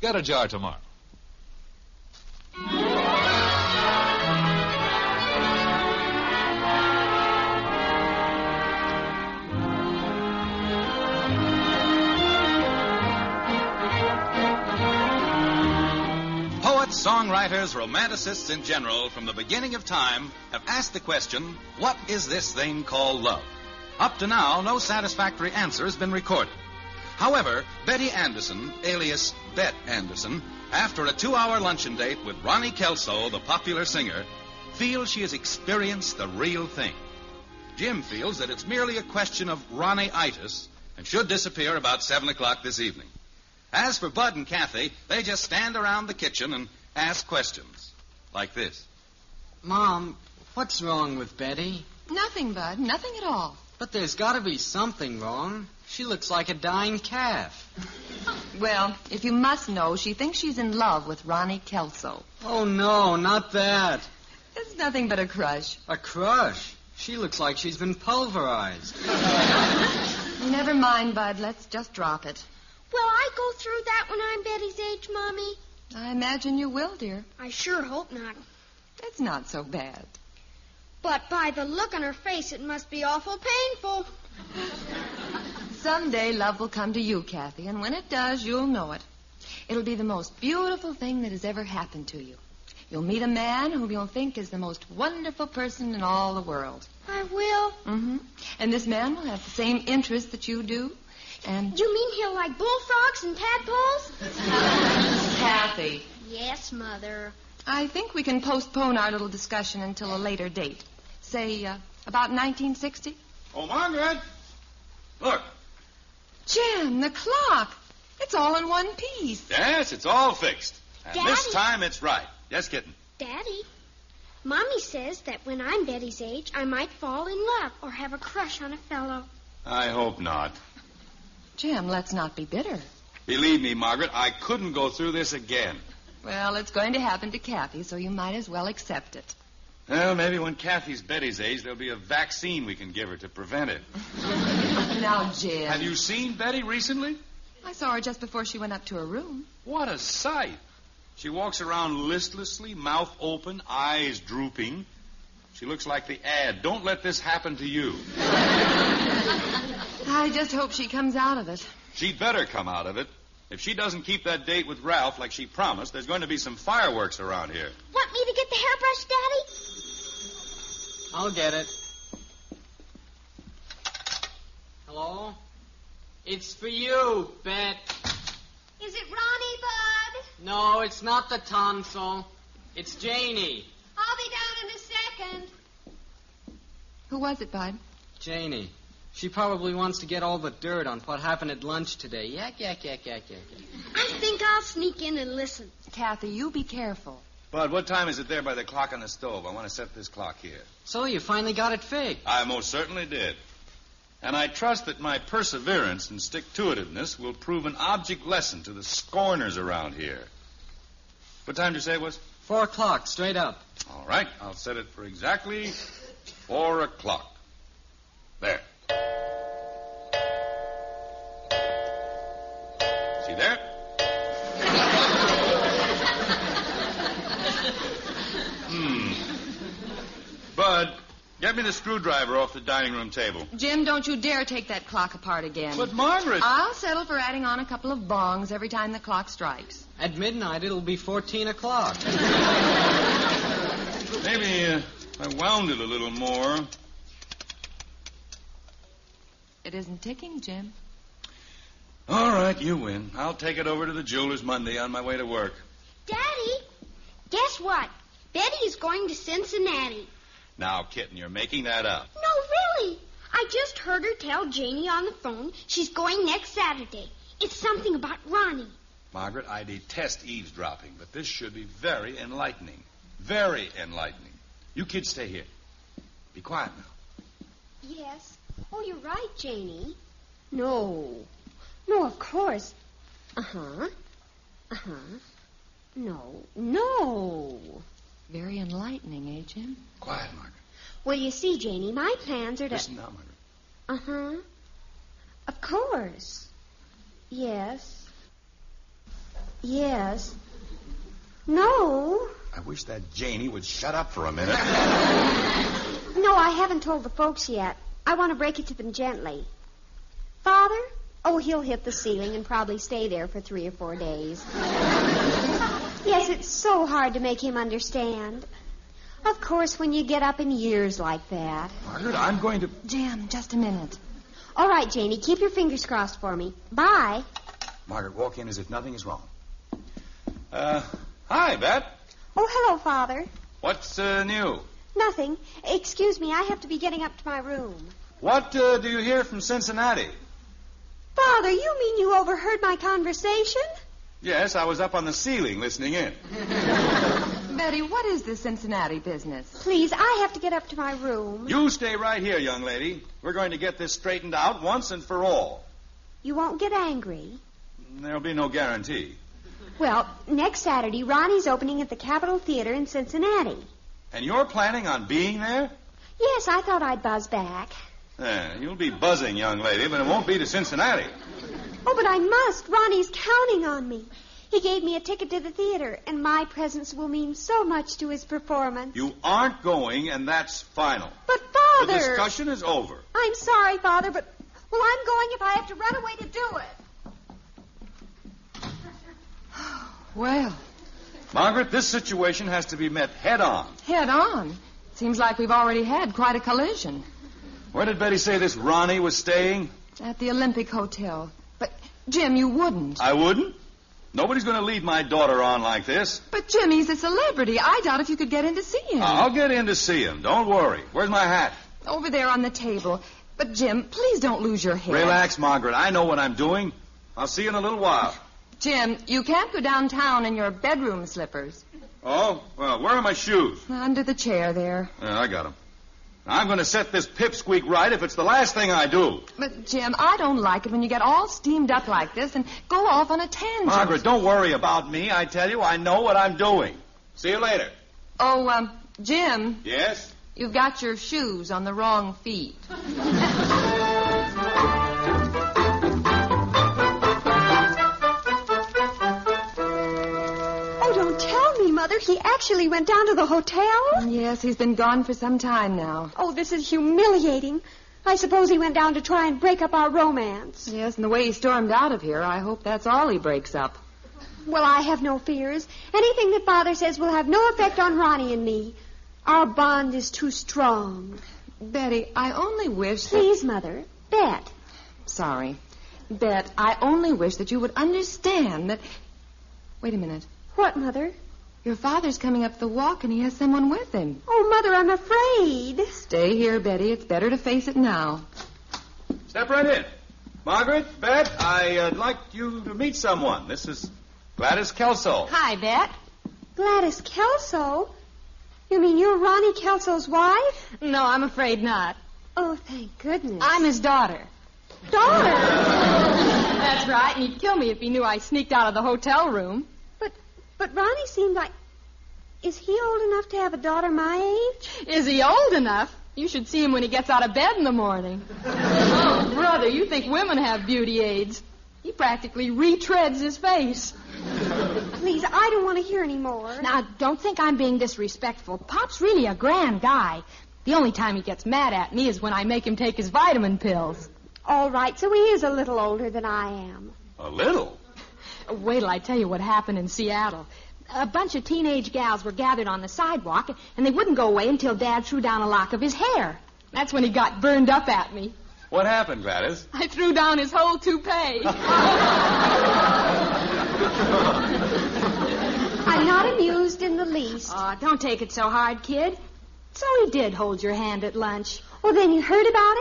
G: Get a jar tomorrow.
D: Poets, songwriters, romanticists in general, from the beginning of time, have asked the question what is this thing called love? Up to now, no satisfactory answer has been recorded. However, Betty Anderson, alias Bet Anderson, after a two hour luncheon date with Ronnie Kelso, the popular singer, feels she has experienced the real thing. Jim feels that it's merely a question of Ronnie itis and should disappear about 7 o'clock this evening. As for Bud and Kathy, they just stand around the kitchen and ask questions. Like this
F: Mom, what's wrong with Betty?
C: Nothing, Bud. Nothing at all.
F: But there's got to be something wrong. She looks like a dying calf.
C: Well, if you must know, she thinks she's in love with Ronnie Kelso.
F: Oh, no, not that.
C: It's nothing but a crush.
F: A crush? She looks like she's been pulverized.
C: Never mind, Bud. Let's just drop it.
O: Will I go through that when I'm Betty's age, Mommy?
C: I imagine you will, dear.
O: I sure hope not.
C: It's not so bad.
O: But by the look on her face, it must be awful painful.
C: Someday love will come to you, Kathy, and when it does, you'll know it. It'll be the most beautiful thing that has ever happened to you. You'll meet a man whom you'll think is the most wonderful person in all the world.
O: I will.
C: Mm-hmm. And this man will have the same interests that you do. And
O: You mean he'll like bullfrogs and tadpoles?
C: (laughs) Kathy,
O: yes, Mother.
C: I think we can postpone our little discussion until a later date. Say, uh, about 1960?
E: Oh, Margaret! Look.
C: Jim, the clock. It's all in one piece.
E: Yes, it's all fixed. And this
O: Daddy.
E: time it's right. Yes, kitten.
O: Daddy, Mommy says that when I'm Betty's age, I might fall in love or have a crush on a fellow.
E: I hope not.
C: Jim, let's not be bitter.
E: Believe me, Margaret, I couldn't go through this again.
C: Well, it's going to happen to Kathy, so you might as well accept it.
E: Well, maybe when Kathy's Betty's age, there'll be a vaccine we can give her to prevent it.
C: Now, Jim.
E: Have you seen Betty recently?
C: I saw her just before she went up to her room.
E: What a sight. She walks around listlessly, mouth open, eyes drooping. She looks like the ad. Don't let this happen to you.
C: I just hope she comes out of it.
E: She'd better come out of it. If she doesn't keep that date with Ralph like she promised, there's going to be some fireworks around here.
H: Want me to get the hairbrush, Daddy?
F: I'll get it. Hello? It's for you, Bet.
H: Is it Ronnie, Bud?
F: No, it's not the tonsil. It's Janie.
H: I'll be down in a second.
C: Who was it, Bud?
F: Janie. She probably wants to get all the dirt on what happened at lunch today. Yak, yak, yak, yak, yak.
H: I think I'll sneak in and listen.
C: Kathy, you be careful.
E: Bud, what time is it there by the clock on the stove? I want to set this clock here.
F: So you finally got it fixed.
E: I most certainly did. And I trust that my perseverance and stick to itiveness will prove an object lesson to the scorners around here. What time did you say it was?
F: Four o'clock, straight up.
E: All right, I'll set it for exactly four o'clock. There. See there? hmm. Bud, get me the screwdriver off the dining room table.
C: Jim, don't you dare take that clock apart again.
E: But, Margaret-
C: I'll settle for adding on a couple of bongs every time the clock strikes.
F: At midnight, it'll be 14 o'clock.
E: Maybe uh, if I wound it a little more.
C: It isn't ticking, Jim.
E: All right, you win. I'll take it over to the jeweler's Monday on my way to work.
H: Daddy, guess what? Betty is going to Cincinnati.
E: Now, kitten, you're making that up.
H: No, really. I just heard her tell Janie on the phone she's going next Saturday. It's something about Ronnie.
E: Margaret, I detest eavesdropping, but this should be very enlightening. Very enlightening. You kids stay here. Be quiet now.
H: Yes. Oh, you're right, Janie. No. No, of course. Uh huh. Uh huh. No. No.
C: Very enlightening, eh, Jim?
E: Quiet, Margaret.
H: Well, you see, Janie, my plans are to.
E: Listen now, Margaret.
H: Uh huh. Of course. Yes. Yes. No.
E: I wish that Janie would shut up for a minute.
H: No, I haven't told the folks yet. I want to break it to them gently. Father? Oh, he'll hit the ceiling and probably stay there for three or four days. yes, it's so hard to make him understand. Of course, when you get up in years like that.
E: (laughs) Margaret, I'm going to.
C: Jim, just a minute.
H: All right, Janie, keep your fingers crossed for me. Bye.
E: Margaret, walk in as if nothing is wrong. Uh, hi, Bet.
H: Oh, hello, Father.
E: What's uh, new?
H: Nothing. Excuse me, I have to be getting up to my room.
E: What uh, do you hear from Cincinnati?
H: Father, you mean you overheard my conversation?
E: Yes, I was up on the ceiling listening in.
C: Betty, what is this Cincinnati business?
H: Please, I have to get up to my room.
E: You stay right here, young lady. We're going to get this straightened out once and for all.
H: You won't get angry.
E: There'll be no guarantee.
H: Well, next Saturday, Ronnie's opening at the Capitol Theater in Cincinnati.
E: And you're planning on being there?
H: Yes, I thought I'd buzz back.
E: Eh, you'll be buzzing, young lady, but it won't be to Cincinnati.
H: Oh, but I must. Ronnie's counting on me. He gave me a ticket to the theater, and my presence will mean so much to his performance.
E: You aren't going, and that's final.
H: But, Father.
E: The discussion is over.
H: I'm sorry, Father, but. Well, I'm going if I have to run away to do it.
C: Well,
E: Margaret, this situation has to be met head on.
C: head on. Seems like we've already had quite a collision
E: Where did Betty say this Ronnie was staying?
C: at the Olympic Hotel. But, Jim, you wouldn't.
E: I wouldn't. Nobody's going to lead my daughter on like this.
C: But, Jim, he's a celebrity. I doubt if you could get in to see him.
E: I'll get in to see him. Don't worry. Where's my hat?
C: Over there on the table. But, Jim, please don't lose your head.
E: Relax, Margaret. I know what I'm doing. I'll see you in a little while.
C: Jim, you can't go downtown in your bedroom slippers.
E: Oh, well, where are my shoes?
C: Under the chair there.
E: Yeah, I got 'em. I'm going to set this pipsqueak right if it's the last thing I do.
C: But, Jim, I don't like it when you get all steamed up like this and go off on a tangent.
E: Margaret, don't worry about me. I tell you, I know what I'm doing. See you later.
C: Oh, um, Jim,
E: Yes?
C: you've got your shoes on the wrong feet.
H: Oh, don't tell me, Mother. He actually went down to the hotel?
C: Yes, he's been gone for some time now.
H: Oh, this is humiliating. I suppose he went down to try and break up our romance.
C: Yes, and the way he stormed out of here, I hope that's all he breaks up.
H: Well, I have no fears. Anything that Father says will have no effect on Ronnie and me. Our bond is too strong.
C: Betty, I only wish that...
H: Please, Mother. Bet.
C: Sorry. Bet, I only wish that you would understand that... Wait a minute.
H: What, Mother?
C: Your father's coming up the walk, and he has someone with him.
H: Oh, Mother, I'm afraid.
C: Stay here, Betty. It's better to face it now.
E: Step right in. Margaret, Bet, I'd uh, like you to meet someone. This is Gladys Kelso.
P: Hi, Bet.
H: Gladys Kelso? You mean you're Ronnie Kelso's wife?
P: No, I'm afraid not.
H: Oh, thank goodness.
P: I'm his daughter.
H: Daughter?
P: That's right, and he'd kill me if he knew I sneaked out of the hotel room.
H: But Ronnie seemed like. Is he old enough to have a daughter my age?
P: Is he old enough? You should see him when he gets out of bed in the morning. oh, brother, you think women have beauty aids. He practically retreads his face.
H: Please, I don't want to hear any more.
P: Now, don't think I'm being disrespectful. Pop's really a grand guy. The only time he gets mad at me is when I make him take his vitamin pills.
H: All right, so he is a little older than I am.
E: A little?
P: Wait till I tell you what happened in Seattle. A bunch of teenage gals were gathered on the sidewalk, and they wouldn't go away until Dad threw down a lock of his hair. That's when he got burned up at me.
E: What happened, Gladys?
P: I threw down his whole toupee.
H: (laughs) I'm not amused in the least.
P: Oh, don't take it so hard, kid. So he did hold your hand at lunch.
H: Well, then you heard about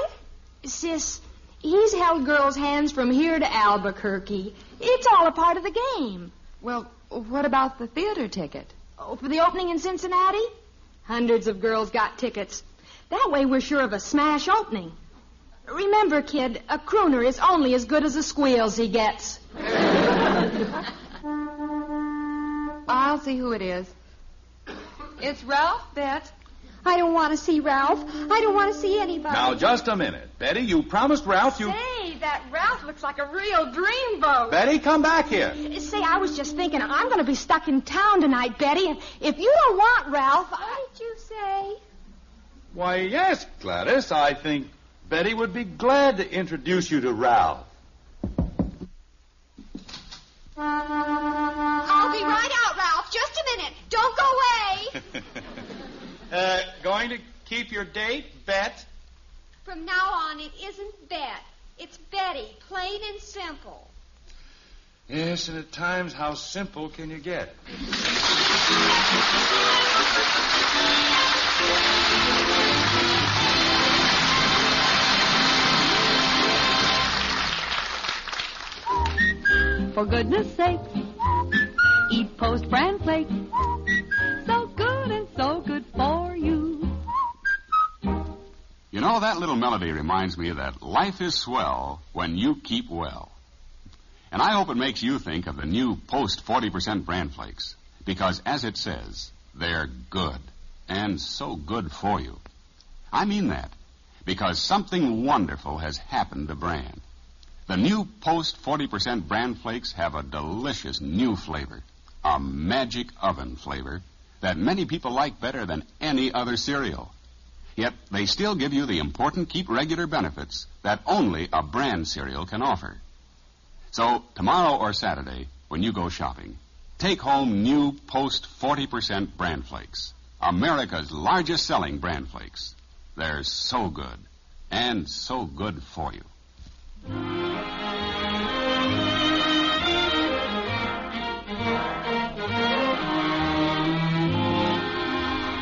H: it?
P: Sis, he's held girls' hands from here to Albuquerque. It's all a part of the game.
C: Well, what about the theater ticket?
P: Oh, for the opening in Cincinnati? Hundreds of girls got tickets. That way we're sure of a smash opening. Remember, kid, a crooner is only as good as the squeals he gets.
C: I'll see who it is. It's Ralph, Bet.
H: I don't want to see Ralph. I don't want to see anybody.
E: Now, just a minute. Betty, you promised Ralph you.
P: Say, that Ralph looks like a real dreamboat.
E: Betty, come back here.
P: Say, I was just thinking, I'm going to be stuck in town tonight, Betty. And if you don't want Ralph.
H: What
P: I...
H: did you say?
E: Why, yes, Gladys. I think Betty would be glad to introduce you to Ralph.
Q: I'll be right out, Ralph. Just a minute. Don't go away.
E: (laughs) Uh, going to keep your date, Bet?
Q: From now on, it isn't Bet. It's Betty, plain and simple.
E: Yes, and at times, how simple can you get?
R: For goodness sake, eat post bran flakes. So good and so good for you.
J: You know, that little melody reminds me that life is swell when you keep well. And I hope it makes you think of the new Post 40% bran flakes. Because as it says, they're good. And so good for you. I mean that. Because something wonderful has happened to bran. The new Post 40% bran flakes have a delicious new flavor. A magic oven flavor that many people like better than any other cereal. Yet they still give you the important keep regular benefits that only a brand cereal can offer. So tomorrow or Saturday, when you go shopping, take home new post 40% brand flakes. America's largest selling brand flakes. They're so good and so good for you.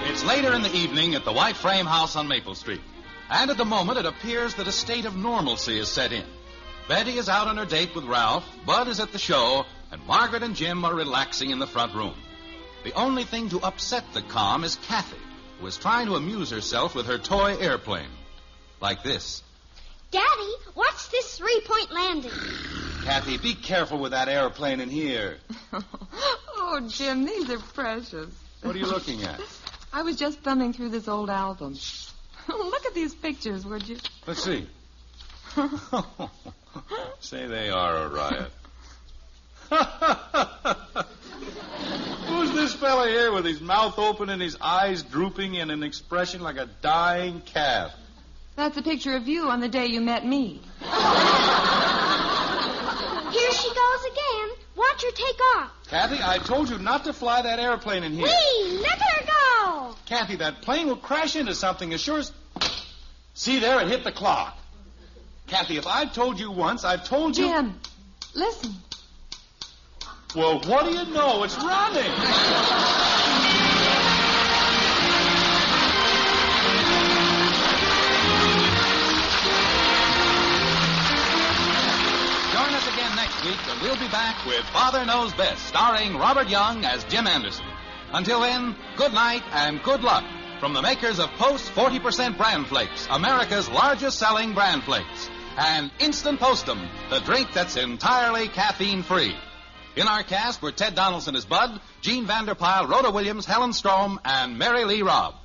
D: It's later in the evening at the White Frame House on Maple Street. And at the moment, it appears that a state of normalcy is set in. Betty is out on her date with Ralph, Bud is at the show, and Margaret and Jim are relaxing in the front room. The only thing to upset the calm is Kathy, who is trying to amuse herself with her toy airplane. Like this.
O: Daddy, what's this three
H: (gasps)
O: point landing?
E: Kathy, be careful with that airplane in here.
C: oh, Jim, these are precious.
E: What are you looking at?
C: (laughs) I was just thumbing through this old album. (laughs) Look at these pictures, would you?
E: Let's (laughs) see. Say they are a riot. (laughs) Who's this fella here with his mouth open and his eyes drooping and an expression like a dying calf?
N: That's a picture of you on the day you met
C: (laughs)
N: me.
B: Here she goes again. Watch her take off.
E: Kathy, I told you not to fly that airplane in here.
B: Whee! Look at her go!
E: Kathy, that plane will crash into something as sure as. See there, it hit the clock. Kathy, if I've told you once, I've told you.
N: Jim, listen.
E: Well, what do you know? It's running.
D: Join us again next week when we'll be back with Father Knows Best, starring Robert Young as Jim Anderson. Until then, good night and good luck from the makers of Post 40% Bran Flakes, America's largest selling bran flakes, and Instant Postum, the drink that's entirely caffeine free. In our cast were Ted Donaldson as Bud, Gene Vanderpyle, Rhoda Williams, Helen Strom, and Mary Lee Robb.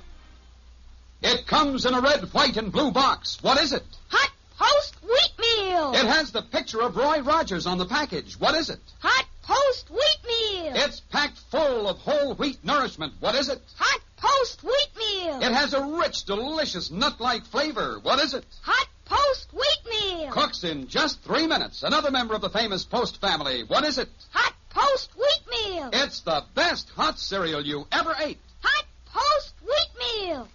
K: It comes in a red, white, and blue box. What is it?
S: Hot Post Wheat Meal.
K: It has the picture of Roy Rogers on the package. What is it?
S: Hot Post Wheat Meal.
K: It's packed full of whole wheat nourishment. What is it?
S: Hot Post Wheat Meal.
K: It has a rich, delicious, nut-like flavor. What is it?
S: Hot Post Wheat Meal.
K: Cooks in just three minutes. Another member of the famous Post family. What is it?
S: Hot Post Wheat Meal.
K: It's the best hot cereal you ever ate.
S: Hot Post Wheat Meal.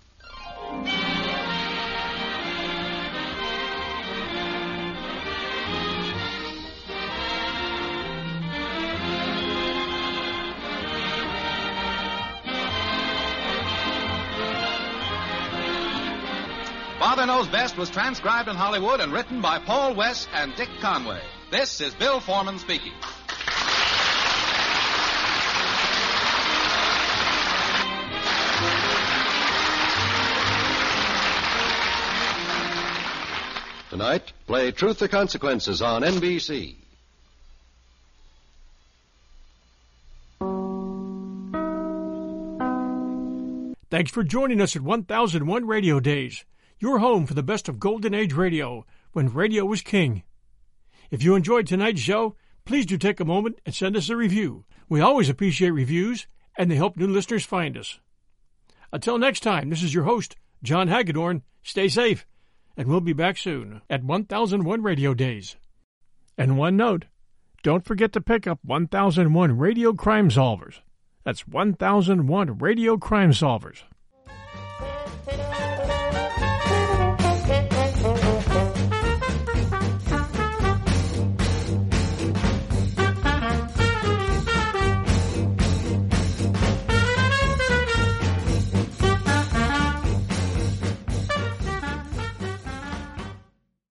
D: Father Knows Best was transcribed in Hollywood and written by Paul West and Dick Conway. This is Bill Foreman speaking.
T: Tonight, play Truth or Consequences on NBC.
A: Thanks for joining us at 1001 Radio Days, your home for the best of Golden Age radio, when radio was king. If you enjoyed tonight's show, please do take a moment and send us a review. We always appreciate reviews, and they help new listeners find us. Until next time, this is your host, John Hagedorn. Stay safe, and we'll be back soon at 1001 Radio Days. And one note don't forget to pick up 1001 Radio Crime Solvers. That's 1001 Radio Crime Solvers.